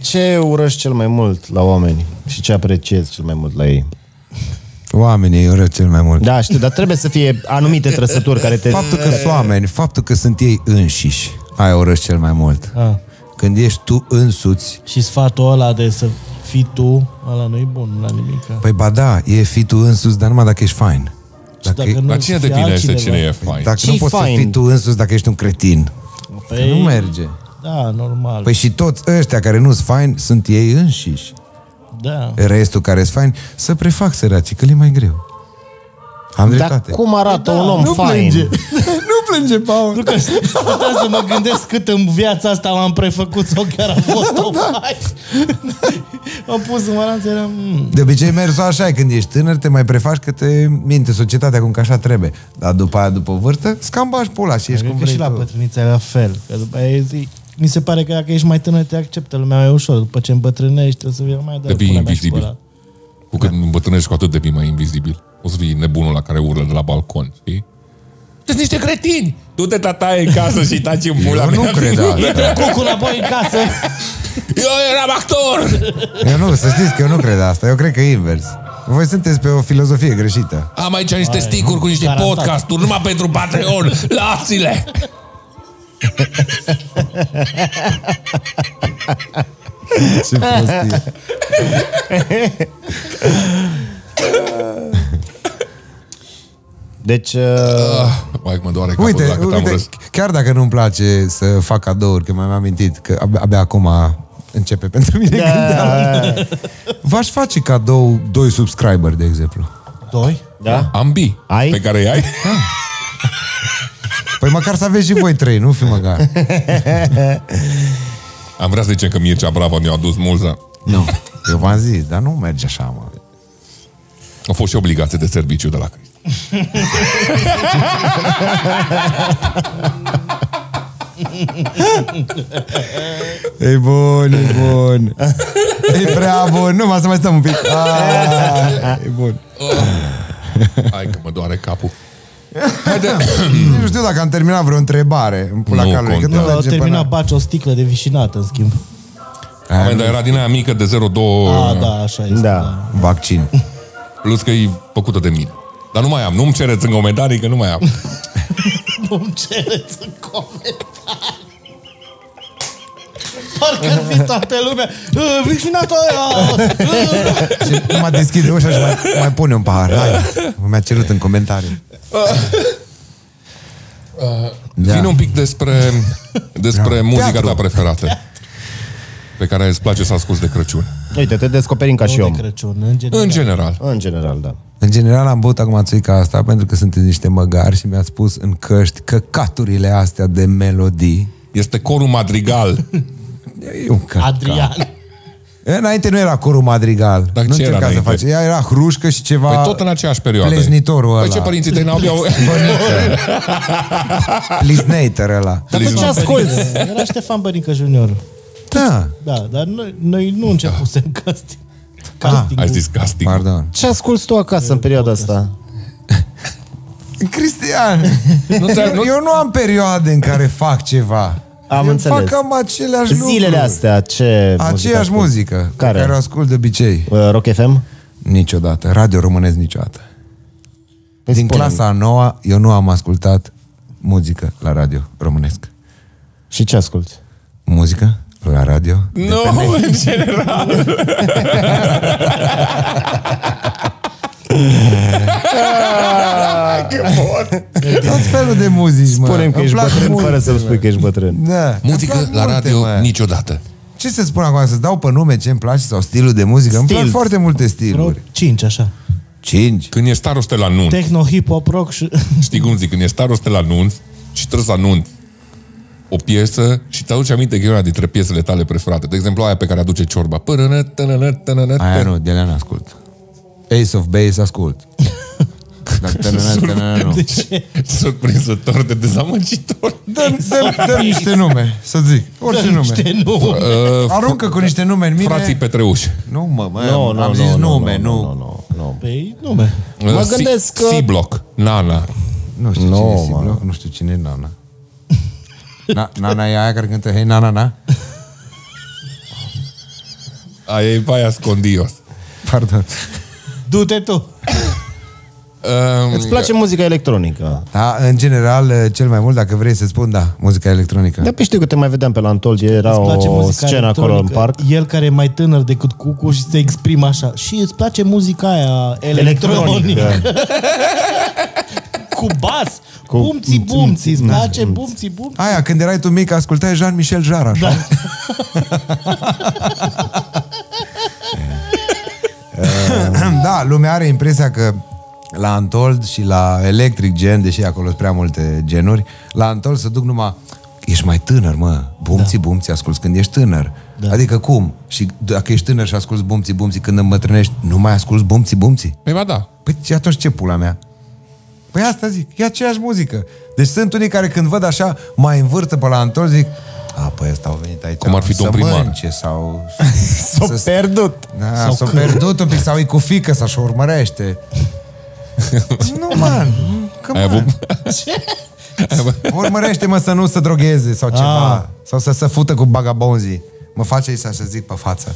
S1: Ce urăști cel mai mult la oameni și ce apreciezi cel mai mult la ei?
S3: Oamenii îi urăsc cel mai mult.
S1: Da, știu, dar trebuie să fie anumite trăsături care te...
S3: Faptul că sunt oameni, faptul că sunt ei înșiși, aia urăsc cel mai mult.
S4: A.
S3: Când ești tu însuți
S4: Ah. Și sfatul ăla de să fii tu, ăla nu-i bun la nimic.
S3: Păi ba da, e fi tu însuți, dar numai dacă ești fain.
S4: Și dacă nu
S2: Dar
S4: să
S2: cine
S4: fie
S2: definește
S4: altcineva.
S2: cine e fain?
S3: Dacă
S1: Ce-i
S3: nu poți
S1: fain?
S3: să fii tu însuți dacă ești un cretin. Păi...
S4: Păi-
S3: Nu merge.
S4: Da, normal.
S3: Păi
S4: Păi...
S3: și toți ăștia care nu sunt faini sunt ei înșiși.
S4: Da.
S3: Restul care sunt faini să prefac săracii, că le e mai greu.
S1: Dar
S3: Am dreptate.
S1: cum arată
S4: Păi
S1: un om
S3: nu
S1: fain?
S3: plânge. nu plânge, Paul.
S4: Da, Nu că stăteam să mă gândesc cât în viața asta m-am prefăcut sau chiar am fost o fai. Da. Am pus în balanță, eram... "Mm,
S3: De obicei mergi așa, când ești tânăr, te mai prefaci că te minte societatea cum că așa trebuie. Dar după aia, după vârstă, scambași pula și ești
S4: Cred
S3: cum
S4: că
S3: vrei
S4: și la
S3: tu.
S4: pătrânița e la fel. Că după aia zi, mi se pare că dacă ești mai tânăr, te acceptă lumea mai ușor. După ce îmbătrânești, trebuie să vii mai dar
S2: Devii
S4: pula mea și
S2: invizibil.
S4: pula.
S2: Cu cât îmbătrânești, cu atât devii mai invizibil. O să fii nebunul la care urlă de la balcon, știi? Sunt niște cretini! Du-te, tataie, în casă și taci în pula
S3: Eu nu
S2: mea.
S3: cred asta.
S4: Cu cu înapoi în casă.
S2: Eu eram actor!
S3: Eu nu, să știți că eu nu cred asta, eu cred că e invers. Voi sunteți pe o filozofie greșită.
S2: Am aici niște sticuri cu niște
S4: Garantat.
S2: podcasturi, numai pentru Patreon. Lați-le!
S3: Ce prostie.
S1: Deci, uh,
S2: Mai Ah, mă doare capul
S3: Uite,
S2: dacă am
S3: uite
S2: răs.
S3: chiar dacă nu-mi place să fac cadouri, că mi-am amintit că abia, abia acum începe pentru mine da. gândeala. V-aș face cadou doi subscriber, de exemplu.
S4: Doi?
S1: da?
S2: Ambii
S1: Ai?
S2: pe care i-ai?
S3: Păi măcar să aveți și voi trei, nu fi măcar.
S2: Am vrea să zicem că Mircea Bravo ne-a adus mulți, dar
S3: Nu. Eu v-am zis, dar nu merge așa, mă.
S2: au fost și obligații de serviciu de la Cristi.
S3: E bun, e bun. E prea bun. Nu, mă, să mai stăm un pic. Ah, e bun.
S2: Hai că mă doare capul.
S3: Nu știu dacă am terminat vreo întrebare în pula
S2: Nu
S3: calului. Că
S2: contează.
S3: nu
S4: Au
S3: merge
S4: terminat
S3: până-
S4: baci o sticlă de vișinată, în schimb.
S2: Amen, dar era din aia mică de 0,2
S4: A, da, așa este.
S1: Da.
S3: Vaccin.
S2: plus că e făcută de mine. Dar nu mai am, nu-mi cereți în comentarii că nu mai am.
S4: Nu-mi cereți în comentarii. Parcă ar fi toată lumea. "Ă, Vișinată aia! Ă."
S3: Și mă deschide ușa și mai, mai pune un pahar. Hai, mi-a cerut în comentariu.
S2: Da.
S3: Da.
S2: Vine Uh, un pic despre, despre da. muzica
S3: Teatru.
S2: ta preferată. Pe care îți place să asculti de Crăciun.
S1: Uite, te descoperim ca și
S4: Nu
S1: om.
S4: de Crăciun, în general.
S2: În general.
S1: În general, da.
S3: În general am băut acum țuica asta pentru că sunteți niște măgari și mi-ați spus în căști căcaturile astea de melodii.
S2: Este corul madrigal.
S3: E un căcat.
S4: Adrian.
S3: Înainte nu era corul madrigal.
S2: Dar
S3: nu
S2: ce era
S3: încerca să
S2: înainte?
S3: faci. Ea era hrușcă și ceva...
S2: Păi tot în aceeași perioadă.
S3: Pleznitorul
S2: Păi
S3: ăla.
S2: ce părinții tăi n-au beau...
S3: Lisnator ăla.
S1: Dar tu ce asculti?
S4: Era Ștefan Bănică Junior.
S3: Da,
S4: Da, dar noi, noi nu începusem casting.
S2: Ai
S4: castingul.
S2: zis casting.
S3: pardon.
S1: Ce asculti tu acasă în perioada asta?
S3: Cristian,
S2: Nu ți-ai- nu-
S3: eu nu am perioade în care fac ceva.
S1: Am
S3: eu
S1: înțeles.
S3: fac cam aceleași
S1: Zilele
S3: lucruri.
S1: astea, ce
S3: Aceeași
S1: asculti?
S3: muzică pe
S1: Care?
S3: care o ascult de obicei.
S1: Uh, Rock FM?
S3: Niciodată. Radio românesc niciodată.
S1: Îmi Păi
S3: Din
S1: spune-mi.
S3: clasa a noua, eu nu am ascultat muzică la radio românesc.
S1: Și ce asculti?
S3: Muzică la radio?
S2: Nu, în general. Că pot.
S3: Tot felul de muzici, mă.
S1: Spune-mi că
S3: Îmi
S1: ești
S3: plac
S1: bătrân
S3: multe,
S1: fără să-mi
S3: mă.
S1: spui că ești bătrân.
S3: Da.
S2: Muzică
S3: Îmi plac
S2: la
S3: multe,
S2: radio
S3: mă.
S2: niciodată.
S3: Ce să spun acum? Să-ți dau pe nume ce îmi place sau stilul de muzică? Îmi plac
S1: Stil.
S3: foarte multe stiluri.
S4: Vreo cinci, așa.
S3: Cinci.
S2: Când e staroste la nunt,
S4: Techno, hip-hop, rock și...
S2: știi cum zic, când e staroste la nunt și trebuie să anunți o piesă și te aduce aminte că e una dintre piesele tale preferate. De exemplu, aia pe care aduce ciorba. Părână, tânănă, tânănă,
S3: Aia
S2: tânănă.
S3: nu, de alea n-ascult. Ace of Base ascult. Dar tânănă, tânănă, da, nu.
S2: Surprinzător de dezamăgitor.
S3: Dăm, dăm, dăm niște nume, să zic. Orice nume.
S4: Niște nume.
S2: Uh,
S3: Aruncă cu niște nume în mine.
S2: frații Petreuși.
S3: Nu, mă, mă,
S1: Nu,
S3: no,
S1: nu,
S3: am
S1: nu,
S3: zis
S1: nu,
S3: nume, nu.
S1: Nu, nu, nu.
S4: Păi, nume.
S2: Ă,
S1: Mă gândesc că-
S2: Uh, C-Block, Nana.
S3: Nu știu
S1: Nu,
S3: cine
S1: mă.
S3: e Sibloc, nu știu cine e Nana. Na, nana e aia care cântă Hei, Nana, na?
S2: Aia e Vaia Scondios.
S3: Pardon.
S4: Du-te tu.
S2: Uh,
S1: Îți place muzica electronică?
S3: Da, în general, cel mai mult, dacă vrei să spun, da, muzica electronică.
S1: Da, pe știu că te mai vedeam pe la Antol, era
S4: Îți place
S1: o
S4: muzica
S1: scenă acolo în
S4: electronică?
S1: parc.
S4: El care e mai tânăr decât Cucu și se exprimă așa. Și îți place muzica aia electronică.
S1: Electronică.
S4: Cu bas.
S1: Cu- da.
S4: Bumții, bumții. Îți place bumții, bumții.
S3: Aia, când erai tu mic, ascultai Jean-Michel Jarre, așa.
S4: Da.
S3: da, lumea are impresia că la Antold și la Electric Gen, deși acolo sunt prea multe genuri, la Antold se duc numai ești mai tânăr, mă. Bumții, da. bumții, asculți când ești tânăr. Da. Adică cum? Și dacă ești tânăr și asculți bumții, bumții când îmbătrânești, nu mai asculți bumții, bumții?
S2: păi ba da.
S3: Păi și atunci ce pula mea? Păi asta zic, e aceeași muzică. Deci sunt unii care când văd așa, mai învârtă pe la Antol, zic, a, păi ăsta au venit aici
S2: Cum ar fi
S3: să
S2: domn primar."
S3: mănânce sau...
S1: S-a
S3: să-
S1: pierdut.
S3: da, s-o pierdut un pic sau e cu fică sau și urmărește. nu, man. Că,
S2: Ai
S3: man.
S2: avut...
S3: Urmărește-mă să nu se drogheze sau ceva. Sau să se fută cu bagabonzii. Mă face să să zic pe față.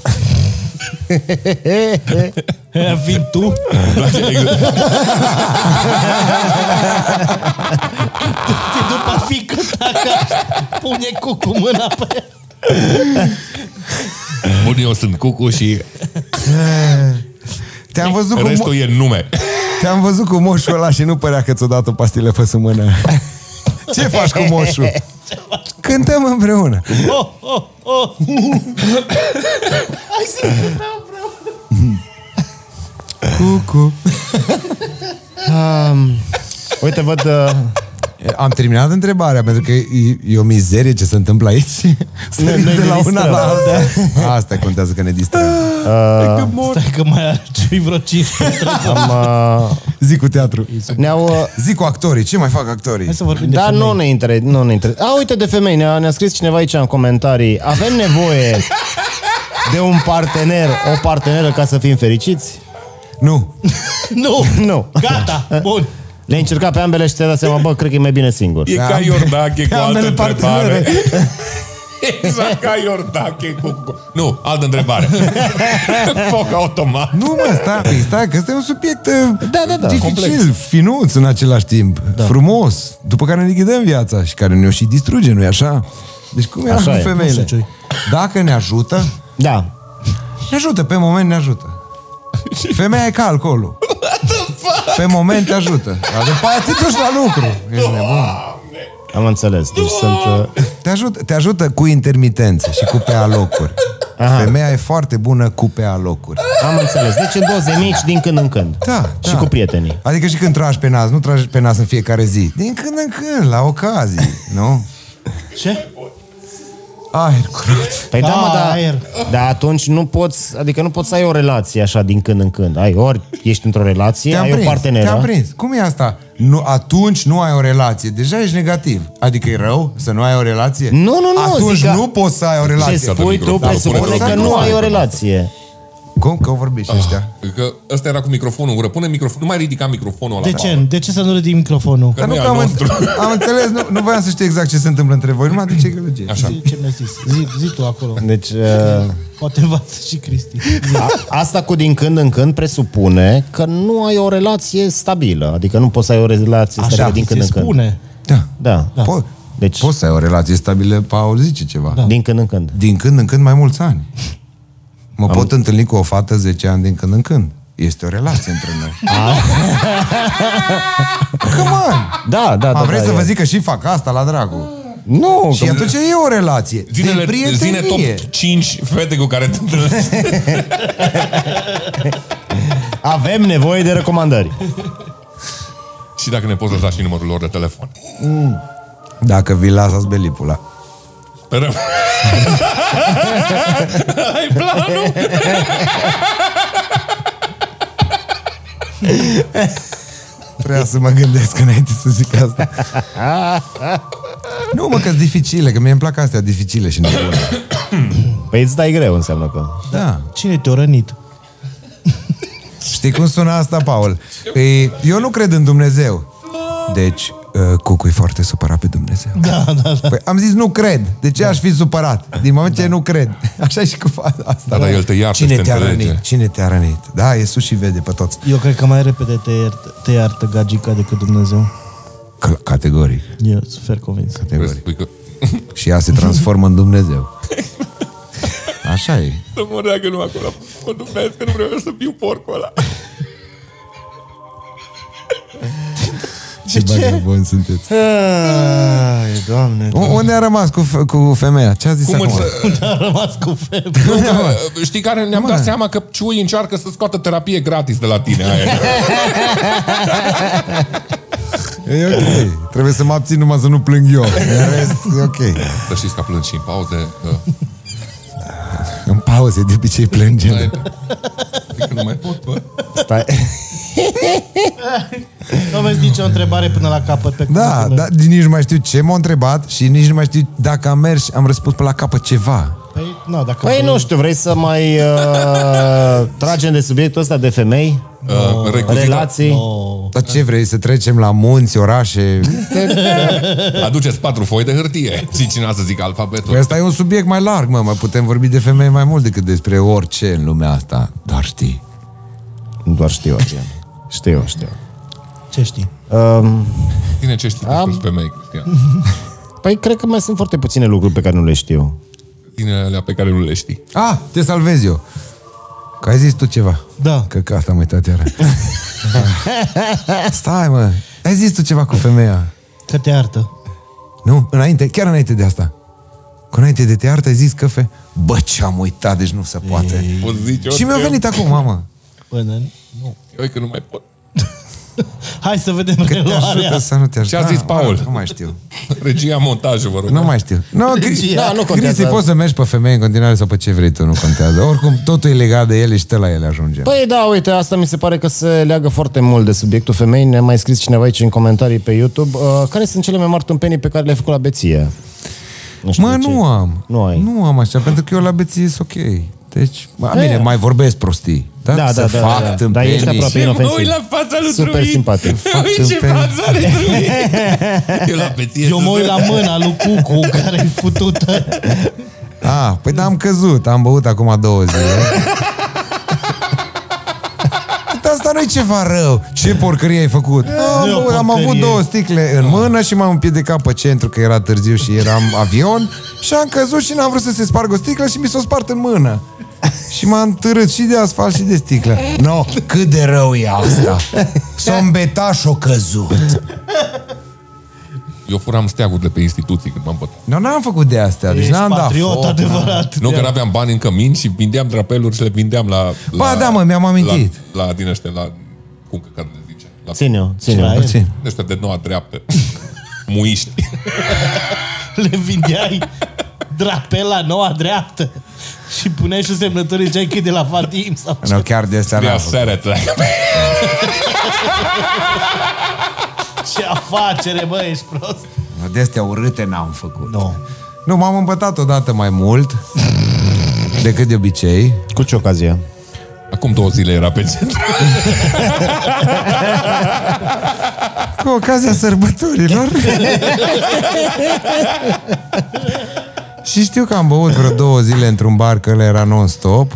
S4: Fiind tu,
S2: Da, exact.
S4: te după fică ta ca pune cu cu mâna pe ea.
S2: Bun, eu sunt Cucu și
S3: Te-am văzut, cu
S2: restul
S3: mo-
S2: e nume.
S3: te-am văzut cu moșul ăla și nu părea că ți-o dat o pastilă pe sub mână. Ce faci cu moșul? Cântăm împreună.
S4: Oh, oh, oh. Hai să
S3: Cucu.
S1: Uite, văd... Uh,
S3: Am terminat întrebarea, pentru că e, e o mizerie ce se întâmplă aici. Sărim
S1: noi
S3: de
S1: ne
S3: la una
S1: distrăm.
S3: la alta. Asta contează că ne distrăm.
S4: Stai că mai ar trebui vreo 15.
S1: am, uh,
S3: Zi cu teatru.
S1: ne-au... Uh,
S3: Zi cu actorii. Ce mai fac
S4: Hai
S3: actorii?
S4: să vorbim de
S1: da,
S4: femei.
S1: nu ne inter, nu ne inter. A, uite de femei, ne-a, ne-a scris cineva aici în comentarii. Avem nevoie de un partener, o parteneră ca să fim fericiți?
S3: Nu.
S4: Nu.
S1: Nu.
S4: Gata, bun.
S1: Le-ai încercat pe ambele și ți-ai dat seama, bă, cred că e mai bine singur.
S2: E ca Iordache cu altă
S3: ambele
S2: întrebare.
S3: partenere.
S2: Exact ca Iordache cu... Nu, altă întrebare. Foc automat.
S3: Nu, mă, stai, păi, stai, că este un subiect da, da, da, dificil,
S2: complex.
S3: finuț în același timp, da. frumos, după care ne lichidăm viața și care ne-o și distruge, nu-i așa? Deci cum era
S1: Așa
S3: cu
S1: e.
S4: Nu
S3: femeile?
S4: știu ce-i.
S3: Dacă ne ajută,
S1: Da.
S3: ne ajută, pe moment ne ajută. Femeia e ca alcoolul. Pe moment te ajută. Dar după aia te duci la lucru. Ești nebun.
S1: Am înțeles. Deci
S3: Da.
S1: sunt... Uh,
S3: Te ajută, te ajută cu intermitențe și cu pe alocuri. Aha. Femeia e foarte bună cu pe alocuri.
S1: am înțeles. Deci în doze mici, din când în când.
S3: Da,
S1: Și
S3: da.
S1: cu prietenii.
S3: Adică și când tragi pe nas, nu tragi pe nas în fiecare zi. Din când în când, la ocazii, nu?
S4: Ce?
S3: Aer curat.
S1: Păi da, mă, da,
S4: Aer.
S1: da, atunci nu poți, adică nu poți să ai o relație așa din când în când. Ai ori ești într-o relație,
S3: Te-am
S1: ai
S3: prins,
S1: o parteneră.
S3: te-am prins. Cum e asta? Nu, atunci nu ai o relație. Deja ești negativ. Adică e rău să nu ai o relație?
S1: Nu, nu, nu,
S3: Atunci
S1: zic că-
S3: nu poți să ai o
S1: Ce
S3: relație.
S1: spui tu
S2: Microfonul
S1: presupune
S3: pune
S1: că
S3: la
S1: nu
S3: microfon.
S1: ai o relație.
S3: Cum? Că au vorbit
S1: Ah,
S3: și ăștia.
S2: Că ăsta era cu microfonul în gură. Pune microfonul. Nu mai ridica microfonul ăla.
S4: De ce? De ce să nu ridic microfonul?
S2: Că nu e
S3: că
S2: al
S3: am,
S2: nostru.
S3: în- am înțeles, nu, nu voiam să știu exact ce se întâmplă între voi, numai de ce gălăgie.
S2: Așa.
S4: Zi Ce mi-a zis? Zi, zi tu acolo.
S1: Deci uh,
S4: Poate învață și Cristi. Zi.
S3: Da.
S1: a, asta cu din când în când presupune că nu ai o relație stabilă. Adică nu poți să ai o relație stabilă din
S4: ți
S1: când în
S4: se
S1: când.
S4: spune.
S3: Da.
S1: Da.
S3: da. Po-
S1: Deci-
S3: Poți să ai o relație stabilă, Paul zice ceva. Da.
S1: Din când în când.
S3: Din când în când mai mulți ani. Mă pot întâlni cu o fată 10 ani din când în când. Este o relație între noi. Come on!
S1: Da, da, da.
S3: A, vrei
S1: da,
S3: să
S1: e. Mm.
S3: vă zic că și fac asta la dracu?
S1: Nu,
S3: Și atunci e o relație. de
S2: Zine, zine top
S3: prietenie.
S2: 5 fete cu care te întâlnești.
S1: avem nevoie de recomandări.
S2: și dacă ne poți lăsa și numărul lor de telefon.
S3: Dacă vi lasați belipula.
S2: Sperăm. Ai planul?
S3: Trebuia să mă gândesc înainte să zic asta. Nu, mă, că dificile, că mie îmi plac astea dificile și nebune.
S1: Păi îți dai greu înseamnă că...
S3: Da.
S4: Cine te-a rănit?
S3: Știi cum sună asta, Paul? Ei, eu nu cred în Dumnezeu. Deci, uh, Cucu e foarte supărat pe Dumnezeu.
S4: Da, da, da.
S3: Păi am zis nu cred. De
S2: Da.
S3: ce aș fi supărat? Din moment ce nu cred. Așa e și cu faza asta.
S2: Da, dar el te iartă
S3: Cine
S2: și te
S3: te-a
S2: înțelege.
S3: rănit? Cine te-a rănit? Da, Iisus și vede pe toți.
S4: Eu cred că mai repede te, iert, te iartă gagica decât Dumnezeu.
S3: Cl- Categoric.
S4: Eu sunt fer convins.
S2: Vrei să
S3: Categoric.
S2: spui că...
S3: Și ea se transformă în Dumnezeu. Așa e.
S2: Să mă reagă lumea acolo. Mă duplesc că nu vreau să fiu porcul ăla.
S3: Ce, ce? bun sunteți.
S4: Ai, doamne.
S3: U- Unde a rămas cu, f- cu femeia? Ce a zis
S2: Cum
S3: acum?
S2: îți...
S4: A rămas cu febră.
S2: Bă, Știi care ne-am dat seama că Ciui încearcă să scoată terapie gratis de la tine. Aia.
S3: E ok. Trebuie să mă abțin numai să nu plâng eu. În rest, e ok.
S2: Să știți că plâng și în pauze. că-
S3: În pauze de obicei plângem.
S2: Că nu mai pot, bă.
S1: Stai.
S4: Nu aveți nicio întrebare până la capăt pe
S3: Da,
S4: cuvântul meu.
S3: da, nici nu mai știu ce m-a întrebat și nici nu mai știu dacă am mers și am răspuns până la capăt ceva.
S4: Păi, nu, dacă
S1: Păi nu știu, vrei să mai uh, tragem de subiectul ăsta de femei?
S2: Uh, recuzită.
S1: Relații?
S4: Oh,
S3: Dar ce vrei, să trecem la munți, orașe?
S2: Aduceți patru foi de hârtie. Și cine a să zic alfabetul?
S3: Păi Asta e un subiect mai larg, mă, mai putem vorbi de femei mai mult decât despre orice în lumea asta, dar știi.
S1: doar știu, Adrian. Știu, știu.
S4: Ce știi?
S1: Um,
S2: Tine ce știi despre femei, Cristian?
S1: păi cred că mai sunt foarte puține lucruri pe care nu le știu.
S2: Tine alea pe care nu le știi.
S3: Ah, te salvez eu. Că ai zis tu ceva.
S4: Da.
S3: Că, că asta am uitat iară. Ah. Stai, mă. Ai zis tu ceva cu femeia.
S4: Că te artă.
S3: Nu? Înainte, chiar înainte de asta. Că înainte de te artă ai zis că fe... Bă, ce am uitat, deci nu se poate.
S2: Poți zice
S3: Și mi-a
S2: orice.
S3: venit acum, mamă.
S4: Până... Nu.
S2: Eu că nu mai pot.
S4: Hai să vedem
S3: Că te ajută
S4: reluarea.
S3: să nu te ajută.
S2: Ce a zis
S3: Ah,
S2: Paul?
S3: Nu mai știu.
S2: Regia montajul, vă rog.
S3: Nu mai știu. No, Cristi,
S1: Da, nu contează.
S3: Cristi, poți să mergi pe femei în continuare sau pe ce vrei tu, nu contează. Oricum, totul e legat de ele și te la ele ajungem.
S1: Păi da, uite, asta mi se pare că se leagă foarte mult de subiectul femei. Ne-a mai scris cineva aici în comentarii pe YouTube. Uh, care sunt cele mai mari tâmpenii pe care le-ai făcut la beție? Nu știu
S3: Mă,
S1: de ce.
S3: nu am.
S1: Nu ai. Da,
S3: Nu am așa, pentru că eu la beție sunt ok. Deci, mă,
S1: E.
S3: bine, mai vorbesc prostii. Da,
S1: Da,
S3: să
S1: da, da,
S3: fac
S1: da, da. Dar
S3: tâmpenii.
S1: ești aproape
S2: Mă
S1: inofensiv.
S2: uit la fața lui
S1: Super
S2: Trumit.
S1: simpatic.
S2: Mă uit ce
S3: Facem pe-
S2: fața lui Trumit. Eu la peție.
S4: Eu mă uit la mâna lui Cucu care e futută.
S3: Ah, păi da, am căzut, am băut acum două zile. Dar asta nu-i ceva rău. Ce porcărie ai făcut? Am,
S4: nu e o
S3: băut, am
S4: porcărie. Ah.
S3: avut două sticle în mână și m-am împiedicat pe centru că era târziu și eram avion și am căzut și n-am vrut să se spargă o sticlă și mi s-o spart în mână. Și m-am târât și de asfalt și de sticlă. No, cât de rău e asta. Sombetaș o căzut.
S2: Eu furam steagul de pe instituții când m-am bătut.
S3: No, n-am făcut de astea, deci
S4: Ești
S3: n-am dat
S4: patriot
S3: foc.
S4: adevărat.
S2: Nu, că n-aveam bani în cămin și vindeam drapeluri și le vindeam la... la
S3: Ba, da, mă, mi-am amintit.
S2: La, la din ăștia, la... Cum că care le zice? La
S1: Ține-o, ține-o.
S4: Israel.
S3: Puțin.
S2: din ăștia de noua dreaptă. Muiști.
S4: Le vindeai drapela noua dreaptă și puneai și o semnătură și ziceai că e de la Fatim sau ce.
S3: No, chiar de astea
S2: Ia
S3: n-am făcut.
S2: seret la...
S4: Ce afacere, bă, ești prost.
S3: De astea urâte n-am făcut.
S4: Nu.
S3: Nu, m-am îmbătat odată mai mult decât de obicei.
S1: Cu ce ocazie?
S2: Acum două zile era pe centru.
S3: Cu ocazia sărbătorilor. și știu că am băut vreo două zile într-un bar, că ăla era non-stop.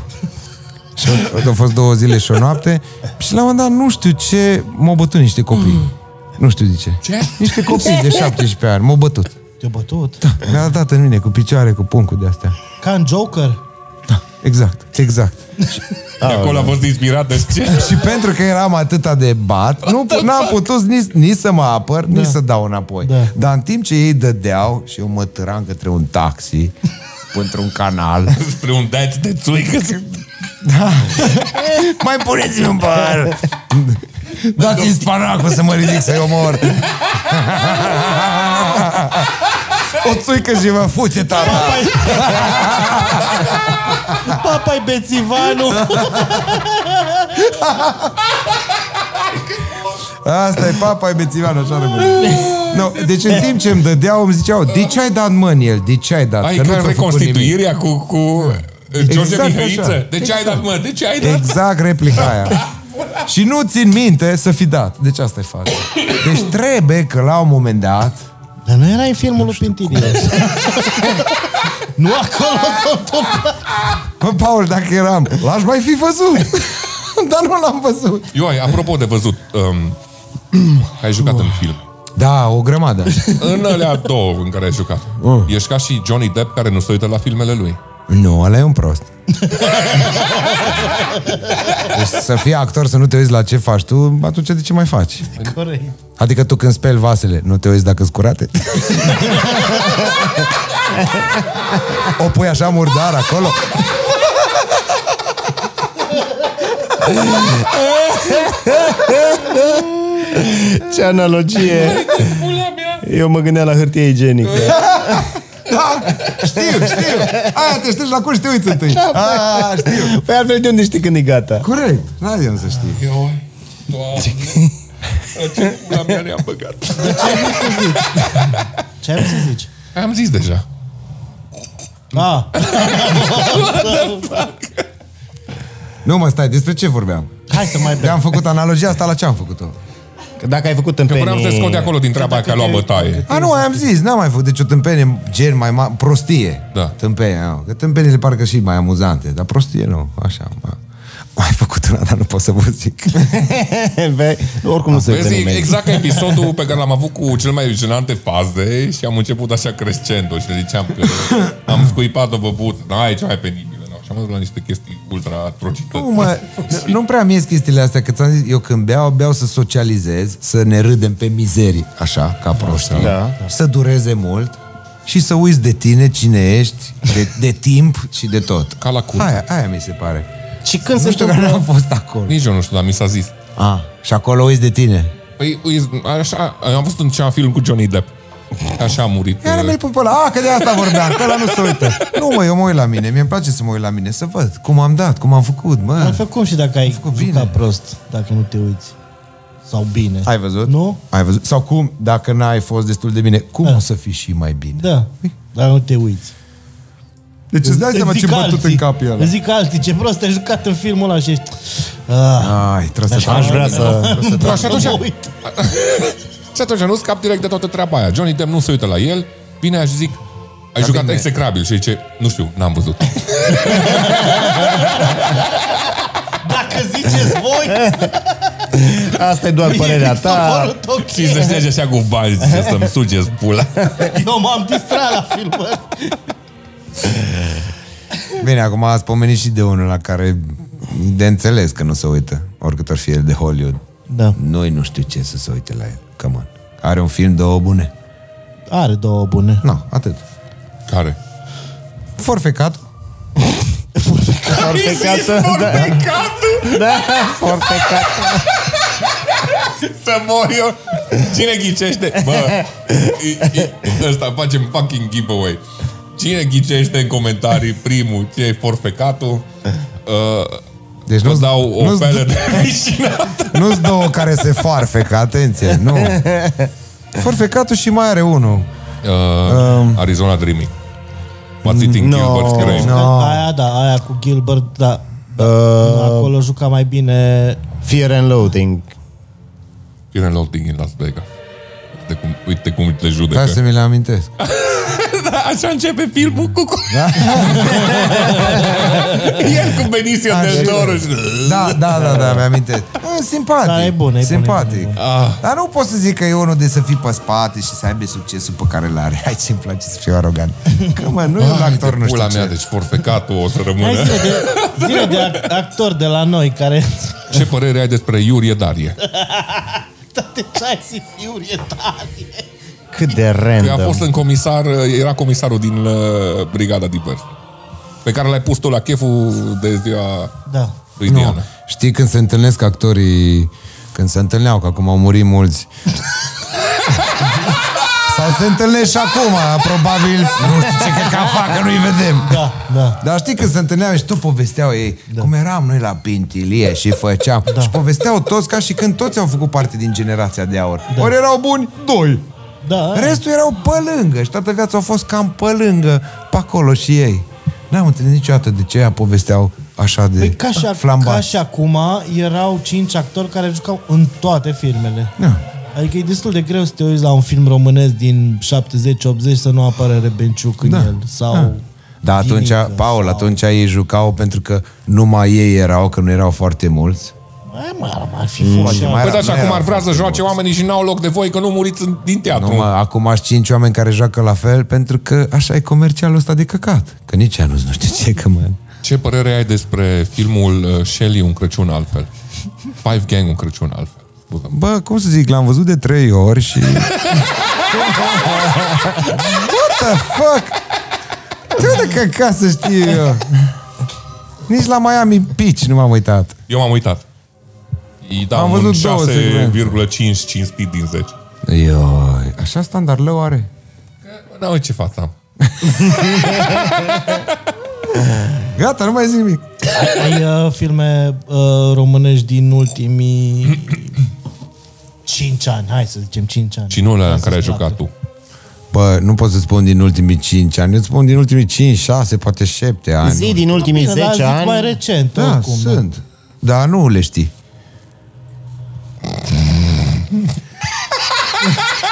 S3: Și au- au fost două zile și o noapte. Și la un moment dat, nu știu ce, m-au bătut niște copii. Nu știu de ce.
S2: Ce?
S3: Niște copii de 17 ani m-au bătut.
S4: Te-a bătut? Da.
S3: Mi-a dat în mine cu picioare, cu puncul de astea.
S4: Ca în Joker.
S3: Exact, exact.
S2: De acolo
S3: da.
S2: a fost inspirat de ce?
S3: Și pentru că eram atâta de bat, nu pu- n-am putut nici, nici să mă apăr, da. nici să dau înapoi.
S4: Da.
S3: Dar în timp ce ei dădeau și eu mă tăram către un taxi, într-un canal,
S2: Spre un dat de țuică.
S3: mai puneți-mi un păr! Dați-mi spanacul să mă ridic să-i omor! O țuică și vă fuge tata!
S4: Păi- Papai Bețivanu!
S3: Asta e papa, e bețivan, așa rămâne. No, deci în timp ce îmi dădeau, îmi ziceau, de ce ai dat mă în el? De ce ai dat?
S2: Ai
S3: Că nu ți-a
S2: ca
S3: făcut nimic."
S2: reconstituirea cu, cu George
S3: Exact așa.
S2: Mihăiță. De ce ai dat, mă? De ce ai dat?
S3: Exact replica aia. Și nu țin minte să fi dat. Deci asta e faza. Deci trebuie că la un moment dat...
S4: Dar nu era în filmul lui Pintilie. nu acolo s-a întâmplat.
S3: Bă, Paul, dacă eram, l-aș mai fi văzut. Dar nu l-am văzut.
S2: Eu, apropo de văzut, um, ai jucat în film.
S3: Da, o grămadă.
S2: În alea două în care ai jucat.
S3: Oh.
S2: Ești ca și Johnny Depp care nu se uită la filmele lui.
S3: Nu, ăla e un prost. Deci să fii actor, să nu te uiți la ce faci tu, atunci de ce mai faci?
S4: Corect.
S3: Adică tu când speli vasele, nu te uiți dacă sunt curate? o pui așa murdar acolo?
S1: Ce analogie! Eu mă gândeam la hârtie igienică.
S3: Da, știu, știu. Aia te ștergi la cur și te uiți întâi. A, știu.
S1: Păi altfel de unde știi când e gata?
S3: Corect. N-ai de unde să știi.
S2: Eu, doamne, ce pula mea ne-am băgat.
S4: Ce ai vrut să zici?
S2: Am zis deja.
S4: Ah,
S3: Nu mă, stai, despre ce vorbeam?
S4: hai să mai bem.
S3: am făcut analogia asta, la ce am făcut-o?
S1: Că dacă ai făcut
S2: Că vreau să te scot de
S1: tâmpenii...
S2: acolo din treaba aia că a luat bătaie.
S3: A, nu, am zis, n-am mai făcut. Deci o tâmpenie gen mai mare, prostie.
S2: Da.
S3: Tâmpenie, nu. Că tâmpenile parcă și mai amuzante, dar prostie nu, așa. Mă. Ai făcut una, dar nu pot să vă zic.
S1: Vei- Oricum nu se uită
S2: Vezi, e
S1: nimeni.
S2: exact ca episodul pe care l-am avut cu cel mai jenante faze și am început așa crescendo și le ziceam că am scuipat-o pe put, n-ai cea mai penibilă. No? Și am ajuns la niște chestii ultra atrocități.
S3: Nu, Păi, Oh, mă, nu prea mi ies chestiile astea, că ți-am zis, eu când beau, beau să socializez, să ne râdem pe mizerii, așa, ca proștii,
S1: Da.
S3: să dureze mult și să uiți de tine, cine ești, de, de timp și de tot.
S2: Ca la cur.
S3: Aia, aia mi se pare.
S1: Și când se
S3: Nu știu că
S1: întâmplă...
S3: n-am fost acolo.
S2: Nici eu nu știu, dar mi s-a zis.
S3: A, și acolo uiți de tine.
S2: Păi, ui, așa, am văzut un cea film cu Johnny Depp. Așa a murit.
S3: Iar mi-l pun pe ăla, a, că de asta vorbeam, că ăla nu se uită. Nu mă, eu mă uit la mine, mi-e place să mă uit la mine, să văd cum am dat, cum am făcut, mă.
S4: Altfel cum și dacă ai jucat
S3: bine.
S4: prost, dacă nu te uiți. Sau bine.
S3: Ai văzut?
S4: Nu?
S3: Ai văzut? Sau cum, dacă n-ai fost destul de bine, cum o să fii și mai bine? Păi,
S4: Da, dar nu te uiți.
S3: Deci îți dai seama ce bătut în cap e ăla.
S4: Îți zic alții, ce prost te-ai jucat în filmul ăla și ești... Ah,
S3: Ai, trebuie să
S1: Aș vrea să...
S3: Trebuie să
S2: Bă,
S3: tragi.
S2: și
S4: nu
S2: atunci,
S4: mă uit.
S2: uh, și atunci nu scap direct de toată treaba aia. Johnny Depp nu se uită la el, vine aia și zic, ai jucat
S3: bine.
S2: execrabil și zice, nu știu, n-am văzut.
S4: Dacă ziceți voi,
S1: Asta e doar părerea
S4: mi s-a
S1: ta.
S4: părut ok.
S2: și se șterge așa cu bani, zice, să-mi sugeți pula.
S4: Eu m-am distrat la filmul ăla.
S3: Bine, acum ați pomenit și de unul la care de înțeles că nu se uită, oricât ar fi el de Hollywood.
S4: Da.
S3: Noi nu știu ce să se uite la el. Come on. Are un film, două bune.
S4: Are două bune.
S3: Nu, atât.
S2: Care?
S3: Forfecat.
S1: Forfecată. Da, da, forfecată.
S2: Să mor eu. Cine ghicește? Bă, i- i- ăsta facem fucking giveaway. Cine ghicește în comentarii primul ce e forfecatul, uh,
S3: Deci
S2: vă
S3: nu-s-
S2: dau o
S3: nu-s-
S2: felă de vișină.
S3: Nu-s două care se farfecă, atenție, nu. Forfecatul și mai are unul.
S2: Uh, Arizona Dreaming. What's eating
S1: Um, No.
S2: Gilbert's Grape?
S3: No. Uh.
S4: Aia, da, aia cu Gilbert, da. Acolo juca mai bine
S1: Fear and Loathing.
S2: Fear and Loathing in Las Vegas. Uite cum, uite cum te judecă.
S3: Ca să mi le amintesc.
S2: Așa începe filmul cu... Da? El cu Benicio del Toro. și-
S3: Da, da, da, da, mi-amintesc. Ah, Simpatic.
S4: Da, e bun, e bun,
S3: Simpatic.
S4: e bun, e
S2: Ah,
S3: Dar nu pot să zic că e unul de să fii pe spate și să aibă succesul pe care îl are. Hai ce-mi place să fiu arogant. Că mă, nu e un
S2: Ai de
S3: actor, nu știu
S2: Ah, pula mea,
S3: ce.
S2: deci forfecatul o să
S4: Hai
S2: rămână.
S4: zile de, zile de ac- actor de la noi care...
S2: Ce părere ai despre Iurie Darie?
S3: Da.
S4: Tate, ce ai zis, Iurie, tare?
S1: Cât de
S2: Că a
S1: random.
S2: fost în comisar, era comisarul din uh, Brigada Diversă. Pe care l-ai pus tu la cheful de ziua
S4: Da.
S2: lui Diana.
S3: Știi când se întâlnesc actorii, când se întâlneau, că acum au murit mulți. Sau se întâlnesc și acum, probabil, nu știu ce că fac, că nu-i vedem.
S4: Da, da.
S3: Dar știi când se întâlneau și tot povesteau ei da. cum eram noi la Pintilie și făceam. Da. Și povesteau toți ca și când toți au făcut parte din generația de aur. Da. Ori erau buni, doi.
S4: Da,
S3: Restul erau pe lângă și toată viața au fost cam pe lângă, pe acolo și ei. N-am înțeles niciodată de ce aia povesteau așa de
S4: Păi ca și,
S3: flambat.
S4: ca și acum erau cinci actori care jucau în toate filmele.
S3: Da.
S4: Adică e destul de greu să te uiți la un film românesc din 70-80 să nu apară Rebenciuc în da. el. Sau... Da.
S3: Da, atunci, Paul, atunci ei jucau pentru că numai ei erau, că nu erau foarte mulți.
S4: Mai, mai, mai fi fost și
S3: mai
S2: Păi
S3: era-
S2: da, și
S3: nu
S2: acum
S3: era
S2: ar vrea să
S3: foarte
S2: joace
S3: mulți.
S2: oamenii și n-au loc de voi, că nu muriți în- din teatru.
S3: Nu, mă, acum aș cinci oameni care joacă la fel pentru că așa e comercialul ăsta de căcat. Că nici ea nu nu știu ce, că mă...
S2: Ce părere ai despre filmul uh, Shelley Un Crăciun altfel? Five Gang Un Crăciun altfel. Scuze-mă.
S3: Bă, cum să zic, l-am văzut de trei ori și... What the fuck? Tu de căcat să știu eu. Nici la Miami Beach nu m-am uitat.
S2: Eu m-am uitat. Îi dau
S3: Am
S2: un
S3: văzut două
S2: 6,5 cinstit din 10.
S3: Ioi, așa standard lău are?
S2: N-am ce față am.
S3: Gata, nu mai zic nimic.
S4: Ai uh, filme uh, românești din ultimii 5 ani, hai să zicem 5 ani.
S2: Și nu la
S4: Hai să
S2: care ai
S4: se
S2: jucat
S4: placă.
S2: tu.
S3: Bă, nu pot să spun din ultimii 5 ani, eu spun din ultimii 5, 6, poate 7 ani.
S1: da, Zi din ultimii
S4: Bine, dar
S1: 10
S4: zic mai
S1: ani.
S4: recent,
S3: da,
S4: oricum.
S3: sunt. Dar nu le știi.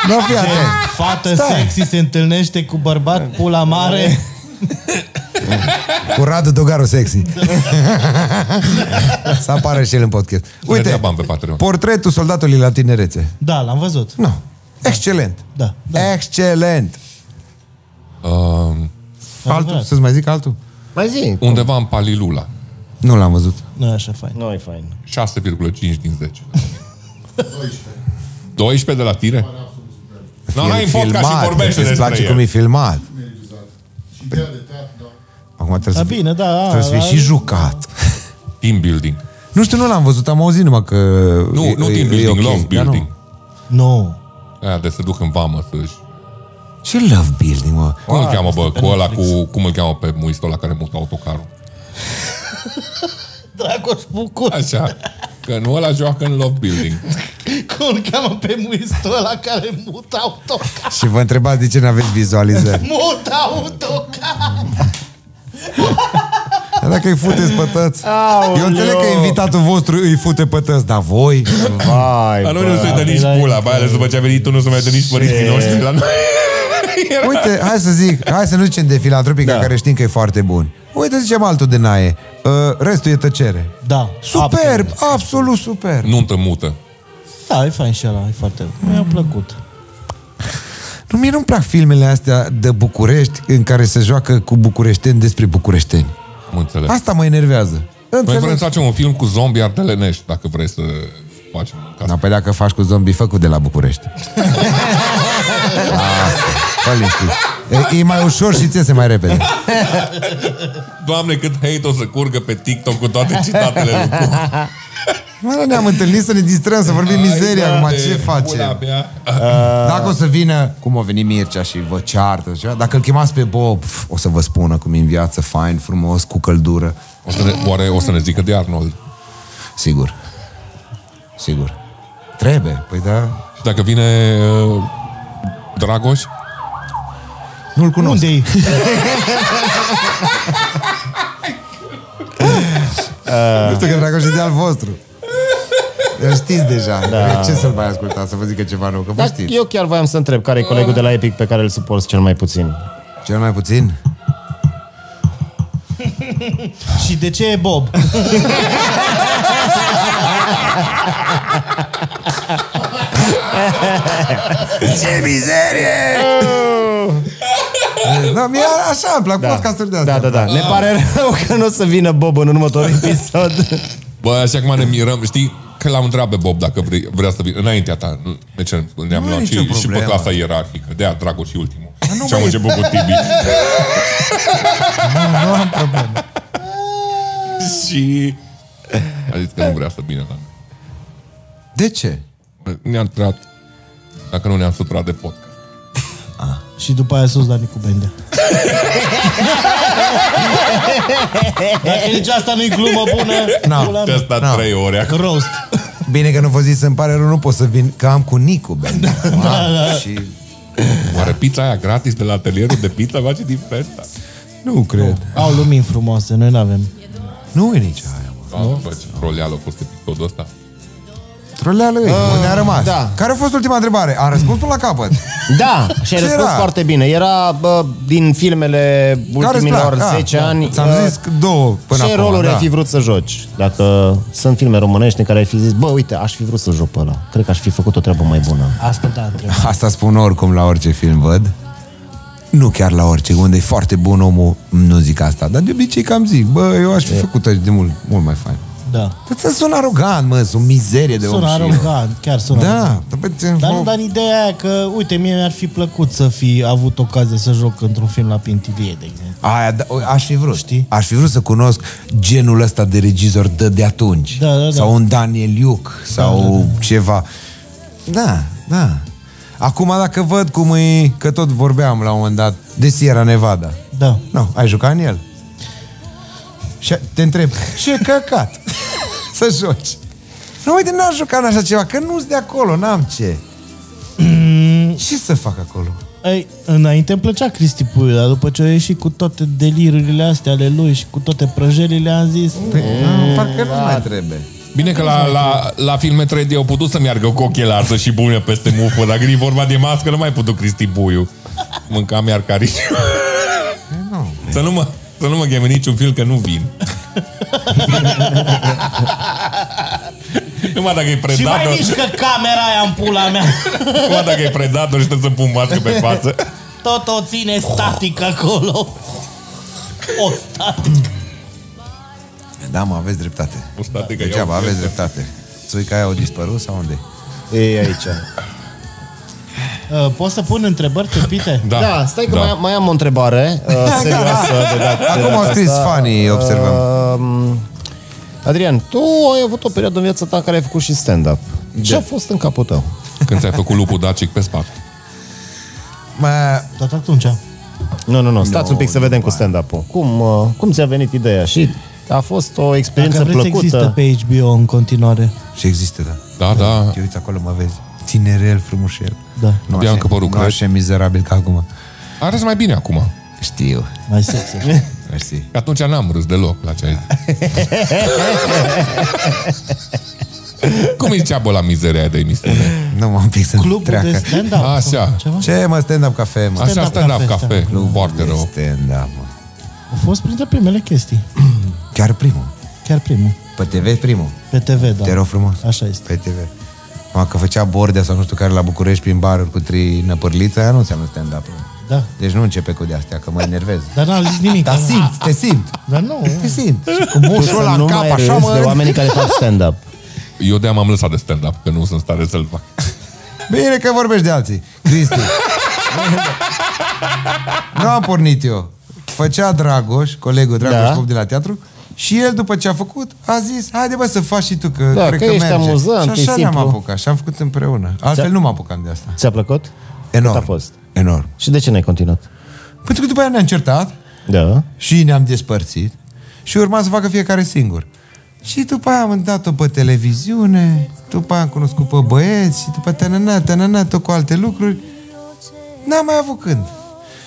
S3: Nu fii atent.
S4: Fată Stai. sexy se întâlnește cu bărbat, pula mare.
S3: Cu Radu Dogaru sexy. Să apară și el în podcast.
S2: dea
S3: Uite,
S2: bani pe Patreon.
S3: portretul soldatului la tinerețe.
S4: Da, l-am văzut.
S3: Nu. Excelent.
S4: Da, da.
S3: Excelent.
S2: Uh,
S3: Altul?
S4: adevărat.
S3: Să-ți mai zic altul?
S1: Mai zi.
S2: undeva în Palilula.
S3: Nu l-am văzut.
S4: Nu e așa fain.
S1: Nu e fain.
S2: 6,5 din 10. 12 de la tine? Nu,
S3: Fil-
S2: n-ai în podcast și
S3: filmat,
S2: vorbește
S3: deci îți
S2: despre
S3: place cum
S2: el.
S3: e filmat. Acum
S4: Da,
S3: trebuie să,
S4: bine, da.
S3: trebuie să fie
S4: da,
S3: și jucat.
S2: Team building.
S3: Nu știu, nu l-am văzut, am auzit numai că
S2: Nu,
S3: e-
S2: nu
S3: e-
S2: team
S3: e
S2: building,
S3: ok,
S2: love
S3: dar nu.
S2: building.
S4: Nu.
S2: Aia de se duc în vamă să-și...
S3: Ce love building, mă?
S2: Cum îl cheamă, bă? Cu ăla, cu... Cum îl cheamă pe muistul ăla care mută autocarul?
S4: Dragoș Bucur.
S2: Așa. Că nu ăla joacă în love building.
S4: Cum îl cheamă pe muistul ăla care mută autocar?
S3: Și vă întrebați de ce n-aveți vizualizări.
S4: Mută autocar!
S3: Dar Dacă îi futeți pe tăți. Eu înțeleg că invitatul vostru îi fute pe tăți, dar voi...
S1: Vai,
S2: Dar noi nu se dă nici
S4: la-
S2: pula, mai ales după ce a venit tu, nu se mai dă nici părinții noștri la noi.
S3: Uite, hai să zic, hai să nu zicem de filantropica da. care știm că e foarte bun. Uite, zicem altul de naie. Uh, restul e tăcere.
S4: Da.
S3: Superb,
S4: absolut.
S3: absolut, absolut superb.
S2: Nu-ntă mută.
S4: Da, e fain și ăla, e foarte... Mi-a plăcut.
S3: Nu, mie nu-mi plac filmele astea de București în care se joacă cu bucureșteni despre bucureșteni.
S2: Mă înțeleg.
S3: Asta mă enervează.
S2: Noi vrem
S3: Înțeleg?
S2: să facem un film cu zombie ardelenești, dacă vrei să facem un caz.
S3: Da, păi dacă faci cu zombie, făcut de la București. Asta, fă liniștit. E, e mai ușor și ție se mai repede.
S2: Doamne, cât hate o să curgă pe TikTok cu toate citatele lui Cucu.
S3: Mă, ne-am întâlnit să ne distrăm, să vorbim mizeria
S2: Hai,
S3: acum,
S2: da-te,
S3: ce
S2: da, pula
S3: facem?
S2: mea.
S3: Dacă o să vină, cum o veni Mircea și vă ceartă, și ceva, dacă îl chemați pe Bob, pf, o să vă spună cum e în viață, fain, frumos, cu căldură.
S2: O să ne, oare o să ne zică de Arnold?
S3: Sigur. Sigur. Trebuie, păi da.
S2: Și dacă vine uh, Dragoș?
S3: Nu-l cunosc.
S4: Unde-i?
S3: Nu știu că Dragoș e de al vostru. Îl știți deja. Da. Ce să-l mai ascultați, să vă zică ceva nou, că vă
S1: Dar
S3: știți.
S1: Da, eu chiar voiam să întreb care e colegul de la Epic pe care îl suport cel mai puțin.
S3: Cel mai puțin?
S4: și de ce e Bob?
S3: Ce mizerie! da, mie așa îmi plac da. podcasturi de astea.
S1: Da, da, da. Ne pare
S2: Ah.
S1: rău că nu o să vină Bob în următorul episod.
S2: Bă, așa cum ne mirăm, știi? Că l-am întrebat pe Bob dacă vrei, vrea să vină înaintea ta. Nu- Deci ne-am
S3: e
S2: luat
S3: nicio
S2: și, și pe
S3: problemă.
S2: clasa ierarhică. De-aia Dragoș și ultimul.
S3: nu
S2: Și am
S3: mai-
S2: început cu Tibi.
S3: Nu am probleme.
S2: și... A zis că nu vrea să vină la noi.
S3: De ce?
S2: Ne-a întrebat Păi, dacă nu ne-am supărat de podcast.
S4: și după aia sus la Nicu Bendea. Dacă nici asta nu-i glumă bună,
S3: Na,
S4: pula
S2: Te-a
S4: mea.
S2: stat
S3: Da.
S2: trei ore acolo.
S4: roast.
S3: Bine că nu vă zis, îmi pare rău, nu pot să vin, că am cu Nicu Benda. Da, da. Și... Da.
S2: Oare pizza aia gratis de la atelierul de pizza face diferența?
S3: Da. Nu cred.
S4: Au lumini frumoase, noi n-avem.
S3: Nu e nici aia, mă.
S2: Doamne, bă, ce troleală a fost episodul ăsta.
S3: Trolea lui, unde a rămas.
S1: da.
S3: Care a fost ultima întrebare? Am răspuns până la capăt.
S1: Da, și ai
S3: Ce
S1: răspuns
S3: era?
S1: foarte bine. Era bă, din filmele ultimilor 10 ani.
S3: Ah, Da, Ți-am
S1: bă,
S3: zis că două până
S1: ce
S3: acum.
S1: roluri
S3: da.
S1: ai fi vrut să joci? Dacă sunt filme românești în care ai fi zis, bă, uite, aș fi vrut să joc pe ăla. Cred că aș fi făcut o treabă mai bună.
S4: Asta da, întreb.
S3: Asta spun oricum la orice film văd. Nu chiar la orice, unde e foarte bun omul, nu zic asta. Dar de obicei cam zic, bă, eu aș fi făcut aici de mult, mult mai fain.
S4: Da.
S3: Dar ți sună arogant, mă, sunt mizerie de
S4: Sună
S3: om și-
S4: arogant, chiar sună arogant.
S3: Da, dar, bă, ți-
S4: Dar nu, dar ideea aia că, uite, mie mi-ar fi plăcut să fi avut ocazia să joc într-un film la Pintilie, de exemplu.
S3: Aia, da, o, aș fi vrut, știi? Aș fi vrut să cunosc genul ăsta de regizor de, de atunci.
S4: Da, da, da.
S3: Sau un Daniel Iuc, sau da, da, da. ceva. Da, da. Acum dacă văd cum e, că tot vorbeam la un moment dat, de Sierra Nevada.
S4: Da.
S3: Nu, ai jucat în el. Și te întreb, ce căcat să joci? Nu, uite, n-aș juca în așa ceva, că nu-s de acolo, n-am ce. ce să fac acolo?
S4: Ei, înainte îmi plăcea Cristi Puiu, dar după ce a ieșit cu toate delirurile astea ale lui și cu toate prăjelile, am zis...
S3: Păi, mm, parcă nu mai trebuie.
S2: Bine
S3: Da,
S2: că la, la, la filme 3D au putut să meargă cu ochelari și bună peste mufă. Dacă e vorba de mască, nu mai putut Cristi Buiu. Mânca mi-ar carici.
S3: Păi Nu.
S2: Să nu mă... Să nu mă cheme niciun film că nu vin. Numai dacă e
S4: Și
S3: da,
S4: mai
S2: predator,
S4: mișcă camera aia în pula mea.
S2: numai dacă e predator și trebuie să-mi pun mască pe față.
S4: Tot o ține static acolo. O static.
S3: Da, mă, aveți dreptate.
S2: O state că
S3: Degeaba,
S2: iau-
S3: aveți dreptate. Țuica aia au dispărut sau unde?
S1: E aici.
S4: Uh, Poți să pun întrebări tăpite?
S1: Da, da stai că da. Mai, am- mai am o întrebare uh, serioasă. de dat,
S3: Da. Acum au scris
S1: asta.
S3: fanii, observăm.
S1: Uh, Adrian, tu ai avut o perioadă în viața ta în care ai făcut și stand-up. Ce a fost în capul tău?
S2: Când ți-ai făcut lupul dacic pe spate.
S3: Mă,
S4: Tot atunci.
S1: Nu, nu, nu, stați
S3: Nu,
S1: un pic să
S3: nu
S1: vedem
S3: mai.
S1: cu stand-up-ul. Cum, uh, cum ți-a venit ideea? Și a fost o experiență
S4: Dacă vreți, există
S1: plăcută?
S4: pe HBO în continuare.
S3: și există, da.
S2: Da, da.
S3: Te uiți acolo, mă vezi. Tinerel, frumușel.
S4: Da.
S3: Nu
S2: De-am
S3: așa,
S2: căpărul,
S3: nu
S2: cred.
S3: așa mizerabil ca acum.
S2: Arăți mai bine acum.
S3: Știu.
S4: Mai sexy.
S3: Mersi.
S2: Că atunci n-am râs deloc la ce ai zis. Cum îi zicea bă la mizeria aia de emisiune?
S3: Nu m-am pic să
S4: Clubul
S3: treacă.
S4: de stand-up. sau
S2: Așa.
S4: Ceva?
S3: Ce, mă, stand-up cafe, mă?
S2: Așa,
S4: Stand-up
S2: stand-up
S4: cafe,
S2: cafe. Foarte rău.
S3: Stand-up, mă.
S4: A fost printre primele chestii.
S3: Chiar primul.
S4: Chiar primul.
S3: Pe TV primul.
S4: Pe TV, da.
S3: Te rog frumos.
S4: Așa este.
S3: Pe TV. Mă, că făcea bordea sau nu știu care la București prin baruri cu trei năpârlițe, aia nu înseamnă stand-up. mă.
S4: Da.
S3: Deci nu începe cu de-astea, că mă enervez.
S1: Da.
S4: Dar n-am zis nimic.
S3: Dar
S4: Am-
S3: simt, te simt.
S4: Dar nu.
S3: Te simt. Și cu mușul ăla
S1: Să
S3: în
S1: nu
S3: cap,
S1: mai
S3: așa,
S1: râzi de
S3: mă.
S1: oamenii care fac stand-up.
S2: Eu de-aia m-am lăsat de stand-up, că nu sunt în stare să-l fac.
S3: Bine că vorbești de alții. Cristi. nu am pornit eu. Făcea Dragoș, colegul Dragoș
S1: Da.
S3: da. de la teatru, și el, după ce a făcut, a zis, haide bă să faci și tu, că
S1: Da,
S3: cred
S1: că
S3: că,
S1: ești
S3: merge.
S1: amuzant,
S3: și
S1: e
S3: așa ne-am
S1: simplu. Da.
S3: apucat și am făcut împreună. Altfel
S1: Ți-a-
S3: nu mă apucam de asta.
S1: Ți-a plăcut?
S3: Enorm.
S1: Cât a fost?
S3: Enorm.
S1: Și de ce n-ai continuat?
S3: Pentru că după aia ne-am certat
S1: Da.
S3: și ne-am despărțit și urma să facă fiecare singur. Și după aia am dat-o pe televiziune, după aia am cunoscut pe băieți și după tanana, tanana, tot cu alte lucruri. N-am mai avut când.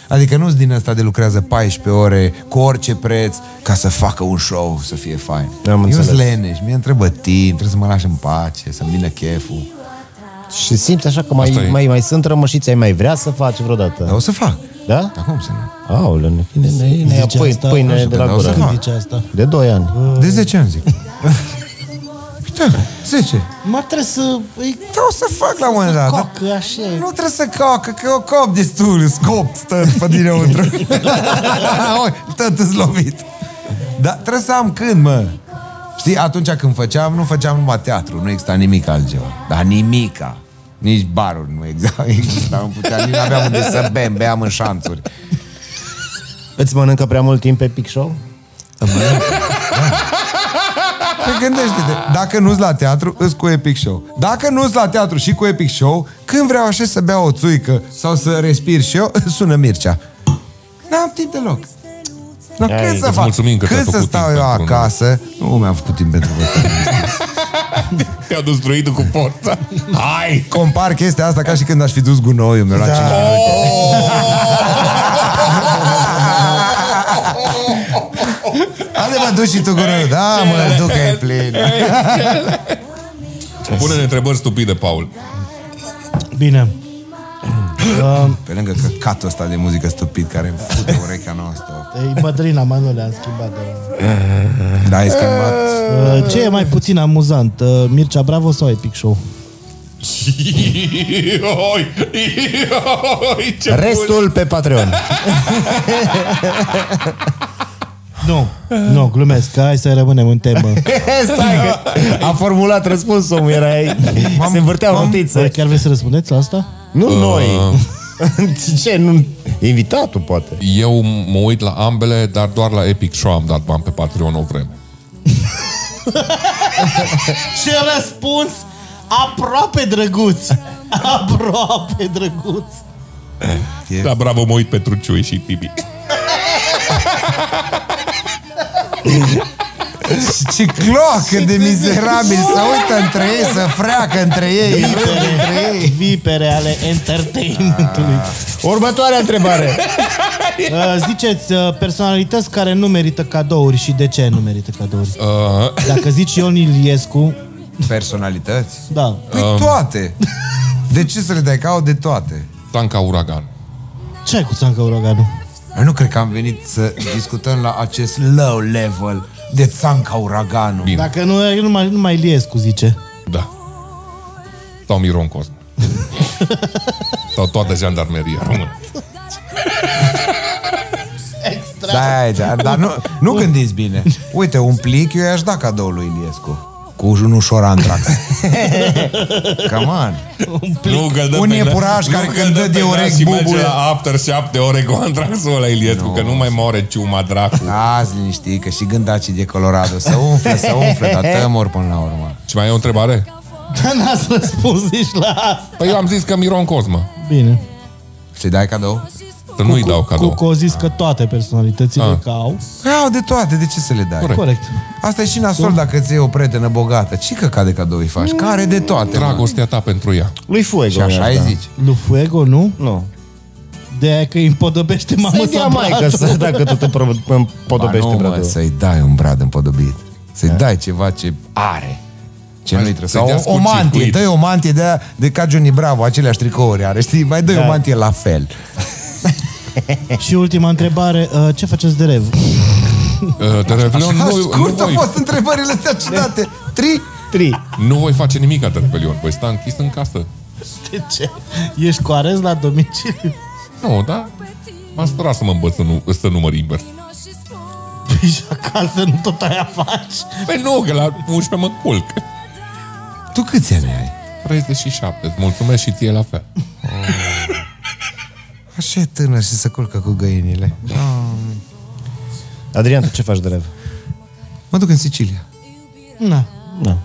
S3: Adică nu-s din asta de lucrează 14 ore cu orice preț ca să facă un show să fie fain.
S1: Am
S3: Eu
S1: înțeles.
S3: sunt leneș, mie întrebă timp, trebuie să mă lași în pace, să-mi vină cheful.
S1: Și simți așa că mai,
S2: Asta e.
S1: mai, mai sunt rămășiți, ai mai vrea să faci vreodată?
S3: Dar o să fac.
S1: Da?
S3: Dar cum să nu?
S1: Aoleu, ne, ne, ne, ne ia
S4: Zice
S1: pâine,
S4: asta, nu
S1: pâine
S4: știu
S1: de la
S3: când o să
S1: gură.
S3: fac.
S4: Când zice asta?
S1: De 2 ani.
S3: De 10 ani zic. Da, Uite, 10.
S4: Mă trebuie să... Îi...
S3: Dar o să fac la un moment dat. dar
S4: Coacă, așa.
S3: Nu trebuie să cacă, că eu cop destul, scop, stă pe dinăuntru. Oi, Tot îți lovit. Dar trebuie să am când, mă. Știi, atunci când făceam, nu făceam numai teatru, nu exista nimic altceva. Dar nimica. Nici baruri nu exista, exista nu puteam, nici nu aveam unde să bem, beam în șanțuri.
S1: Îți mănâncă prea mult timp pe Pic Show?
S3: Te gândește-te, dacă nu-s la teatru, îs cu Epic Show. Dacă nu-s la teatru și cu Epic Show, când vreau așa să beau o țuică sau să respir și eu, sună Mircea. N-am timp deloc. No,
S1: Ai,
S3: când să
S1: îți
S3: fac?
S2: mulțumim că ți-ai
S3: Când să
S2: făcut
S3: stau
S2: timp
S3: eu
S2: pentru noi.
S3: acasă? Nu mi-am făcut timp pentru voi.
S2: Te-a dus druidul cu porta. Hai!
S3: Compar chestia asta ca și când aș fi dus gunoiul meu la da.
S2: Oh!
S3: Haide mă, duci și tu gunoiul. Da, mă, duc că e plin.
S2: Pune-ne întrebări stupide, Paul.
S4: Bine.
S3: Pe lângă căcatul ăsta de muzică stupid care îmi fute urechea noastră.
S4: E bătrâna, mă, nu le-am schimbat. De...
S3: Da, ai schimbat.
S4: Uh, ce e mai puțin amuzant? Uh, Mircea Bravo sau Epic Show?
S2: Ioi, ioi, ce bun.
S1: Restul pe Patreon.
S4: Nu. Nu, glumesc. Hai să rămânem în temă.
S1: Stai că a formulat răspunsul, omul, era ei. Se învârtea o notiță.
S4: Voi chiar vreți să răspundeți la asta?
S1: Nu
S3: Uh.
S1: noi. Ce? Nu... Invitatul, poate.
S2: Eu mă uit la ambele, dar doar la Epic Show am dat bani pe Patreon o vreme.
S4: Ce răspuns aproape drăguț. Aproape drăguț.
S2: Da, bravo, mă uit pentru Ciui și Tibi.
S3: Ce cloacă de mizerabil să uită între ei, să freacă între ei. râd între ei.
S4: Vipere, vipere ale entertainmentului.
S2: Ah.
S1: Următoarea întrebare.
S4: Uh, ziceți uh, personalități care nu merită cadouri și de ce nu merită cadouri?
S2: Uh,
S4: Dacă zici Ion Iliescu,
S3: Personalități?
S4: da.
S3: Păi toate. De ce să le dai ca au de toate?
S2: Tanca Uragan.
S4: Ce ai cu Țancă Uroganu?
S3: Eu nu cred că am venit să discutăm la acest low level de Țanca Uraganul.
S2: Bine.
S4: Dacă nu, eu nu mai, nu mai Iliescu zice.
S2: Da. Sau Miron Cosma. Sau toată jandarmeria română.
S3: Da, aici, dar nu, nu gândiți bine. Uite, un plic eu i-aș da cadou lui Iliescu. Cu un ușor antrax. Come on.
S2: Nu găldăm
S3: Un
S2: pe nas-
S3: iepuraș
S2: nu
S3: care
S2: găldăm
S3: când dă
S2: pe
S3: de
S2: nas
S3: orec
S2: și merge
S3: bubule.
S2: la after 7 ore cu antraxul ăla Iliescu, că nu mai moare ciuma dracu.
S3: Azi liniștit, că și gândacii de Colorado să umflă, să umflă, dar tămor până la urmă.
S2: Și mai e o întrebare?
S4: Dar n-ați răspuns nici la asta.
S2: Păi eu am zis că Miron Cosma.
S4: Bine.
S3: Să-i dai cadou?
S2: Să nu-i dau cadou.
S4: Cucu a zis că toate personalitățile
S2: Ah.
S4: ah. ca au.
S3: Păi au de toate, de ce să le dai?
S2: Corect.
S4: Corect.
S3: Asta e și nasol dacă ți iei o prietenă bogată. Ce căcat de cadou îi faci? Care de toate? mă?
S2: Dragostea ta pentru ea.
S1: Lui Fuego.
S3: Și așa
S1: i-aș
S3: ai
S1: da.
S3: zici.
S4: Lu Fuego, nu?
S1: Nu.
S4: De aia că îi împodăbește mamă
S1: Să-i dea
S4: sau
S1: mai că
S4: băiatul.
S1: să, dacă tu te pro-
S3: Ba
S1: împodobești
S3: nu, mă,
S1: bradul.
S3: să-i dai un brad împodobit. Să-i dai ceva ce are. Ce nu-i trebuie.
S2: să-i dea
S3: Sau o, o
S2: scurt
S3: mantie,
S2: circuit.
S3: dă o mantie de, de ca Johnny Bravo, aceleași tricouri are, știi? Mai dă da. o mantie la fel.
S4: Și ultima întrebare, uh, ce faceți de rev?
S2: Uh, De Revelion
S3: Așa,
S2: nu, nu,
S3: scurt au
S2: voi,
S3: fost întrebările astea ciudate. Tri?
S1: Tri.
S2: nu voi face nimic de Revelion. Voi sta închis în casă.
S4: De ce? Ești cu arest la domiciliu?
S2: Nu, da? M-am sărat să mă învăț să, nu, să număr invers.
S4: Păi și acasă nu tot aia faci?
S2: Păi nu, că la 11 mă culc.
S3: Tu câți ani ai?
S2: 37. Îți mulțumesc și ție la fel.
S3: Așa e tânăr și se culcă cu găinile.
S1: Adrian, tu ce faci de rev?
S3: Mă duc în Sicilia.
S4: Na.
S1: Nu.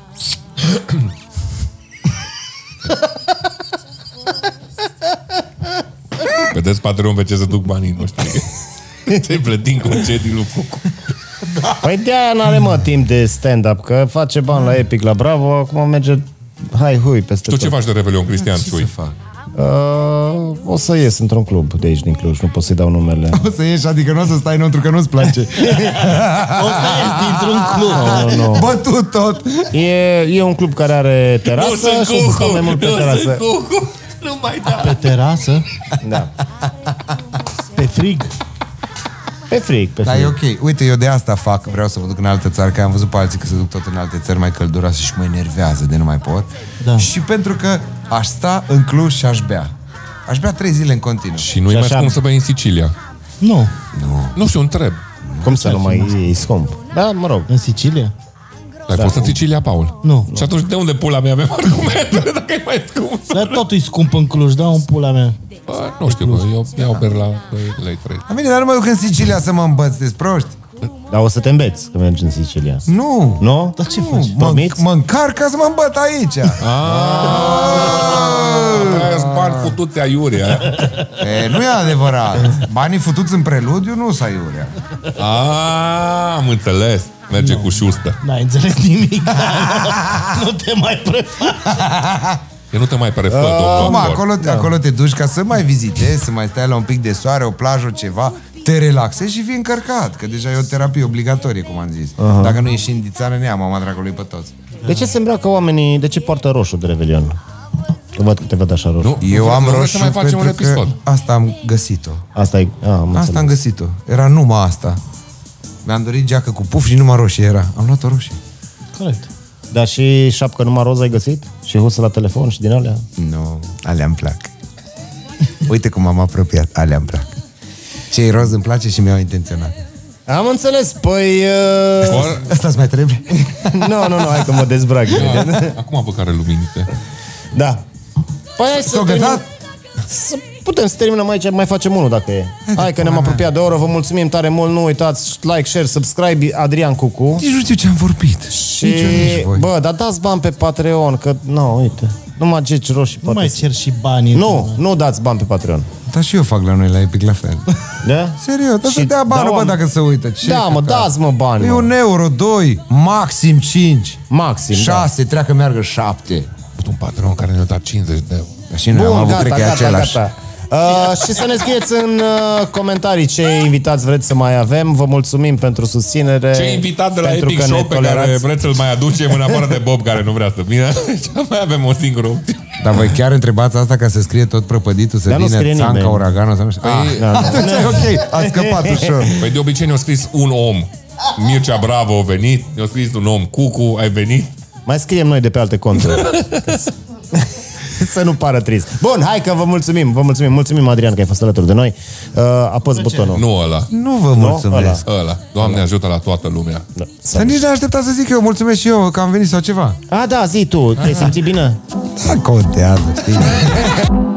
S2: Vedeți, Patreon, pe ce se duc banii noștri. Te plătim concedii lui Cucu.
S1: Păi de-aia n-are mă timp de stand-up, că face bani la Epic, la Bravo, acum merge hai hui peste
S2: Tu
S1: tot.
S2: ce faci de Revelion, Cristian
S3: Ce să
S2: Ciui?
S3: fac?
S1: Uh, o să ies într-un club de aici din Cluj, nu pot să-i dau numele.
S3: O să ieși, adică nu o să stai înăuntru că nu-ți place. Da,
S4: O să ies dintr-un club.
S1: Nu, nu.
S3: Bă, tu tot!
S1: E, e un club care are terasă și o să stau mai mult pe terasă.
S2: Cucu! Nu mai da!
S4: Pe terasă,
S1: Da.
S4: pe frig.
S1: Pe fric, pe
S3: Dar e
S1: fric.
S3: ok. Uite, eu de asta fac. Vreau să mă duc în altă țară, că am văzut pe alții că se duc tot în alte țări mai călduroase și mă enervează de nu mai pot.
S4: Da.
S3: Și pentru că aș sta în Cluj și aș bea. Aș bea trei zile în continuu.
S2: Și nu-i
S1: Și
S2: mai
S1: așa-
S2: cum să bei în Sicilia.
S4: Nu,
S2: Nu știu, întreb.
S1: Cum să nu mai e scump? Da, mă rog.
S4: în Sicilia.
S2: Ai fost în Sicilia, Paul?
S4: Nu.
S2: Și atunci de unde pula mea avem argumentele dacă e mai scump?
S4: Dar totul e scump în Cluj, da, un pula mea.
S2: Bă, nu știu, bă, eu iau ber la lei 3.
S3: Am bine, dar nu mă duc în Sicilia să mă îmbăț, de proști.
S1: Dar o să te îmbeți când mergi în Sicilia.
S3: Nu!
S1: Nu?
S4: Dar ce
S3: Nu,
S4: faci?
S3: mă,
S1: Promiți?
S3: mă încarc ca să mă îmbăt aici.
S2: Aia spart futuți aiurea.
S3: e, nu e adevărat. Banii futuți în preludiu nu s aiurea.
S2: A, Ah, am înțeles. Merge cu șustă.
S4: N-ai înțeles nimic. nu te mai prefaci.
S2: Eu nu te mai prefer, domnul
S3: Cum
S2: actor.
S3: acolo, da. acolo te duci ca să mai vizitezi, să mai stai la un pic de soare, o plajă, ceva, te relaxezi și fii încărcat, că deja e o terapie obligatorie, cum am zis. Uh-huh. Dacă nu ieși în dițană, ne-am mama dracului pe toți.
S1: De ce se îmbracă oamenii, de ce poartă roșu de Revelion? Că văd că te văd așa roșu.
S2: Nu,
S3: Eu
S2: nu
S3: am
S2: vreau să
S3: roșu
S2: mai facem un
S3: pentru că
S2: episod.
S3: asta am găsit-o.
S1: Asta e... A, am
S3: Asta
S1: înțeles.
S3: am găsit-o. Era numai asta. Mi-am dorit geacă cu puf și numai roșie era. Am luat o roșie.
S4: Corect.
S1: Dar și șapcă numai roz ai găsit? Și husă la telefon și din alea?
S3: Nu, alea îmi plac. Uite cum am apropiat, alea îmi plac. Cei roz îmi place și mi-au intenționat.
S1: Am înțeles, păi... Uh...
S2: Or,
S3: Asta mai trebuie?
S1: nu, nu, nu, hai că mă dezbrac. imediat.
S2: acum vă care luminițe.
S1: da. Păi hai să
S3: S-au
S1: terminăm-
S3: gătat?
S1: Să putem să terminăm aici, mai facem unul dacă e. Hai că ne-am apropiat de oră, vă mulțumim tare mult, nu uitați, like, share, subscribe, Adrian Cucu.
S3: Nici nu știu ce am vorbit.
S1: Și,
S3: Nici eu, nici voi.
S1: bă, dar dați bani pe Patreon, că, nu, uite, numai geci roșii
S4: Nu
S1: poate
S4: mai
S1: să-
S4: cer și banii.
S1: Nu, nu dați bani pe Patreon.
S3: Dar și eu fac la noi la Epic la fel. da,
S1: Da?
S3: Serios, dar să
S1: Și
S3: dea banul,
S1: dau
S3: bă,
S1: am-
S3: dacă se uită. Ce
S1: Da, mă,
S3: căcat.
S1: dați, mă, bani,
S3: E
S1: mă.
S3: un euro, doi, maxim cinci.
S1: Maxim, da.
S3: 6, treacă, meargă 7.
S2: Un patron care ne-a dat 50 de euro.
S3: Și noi am avut,
S1: gata,
S3: cred că e
S1: gata,
S3: același.
S1: gata. Uh, și să ne scrieți în uh, comentarii ce invitați vreți să mai avem. Vă mulțumim pentru susținere.
S2: Ce invitat de la
S1: pentru
S2: Epic
S1: că ne
S2: Show pe care
S1: tolerați.
S2: vreți să-l mai aducem în afară de Bob care nu vrea să vină. Și mai avem o singură opțiune.
S3: Dar voi chiar întrebați asta ca să scrie tot prăpăditul, să
S1: Dar nu
S3: vină
S1: scrie
S3: țanca,
S1: nimeni.
S3: uraganul sau nu știu. Ah,
S1: da, da.
S3: atunci e ok, a scăpat ușor.
S2: Păi de obicei ne-a scris un om. Mircea Bravo a venit, ne-a scris un om. Cucu, ai venit.
S1: Mai scriem noi de pe alte conturi. Să nu pară trist. Bun, hai că vă mulțumim, vă mulțumim, mulțumim Adrian că ai fost alături de noi. Uh, apăs butonul.
S2: Nu ăla.
S3: Nu vă mulțumesc.
S2: Ăla. Doamne ajută la toată lumea.
S1: Da.
S3: Să nici n-am așteptat să zic eu, mulțumesc și eu că am venit sau ceva.
S1: A, da, zi tu, te-ai simțit bine?
S3: Da, contează, știi?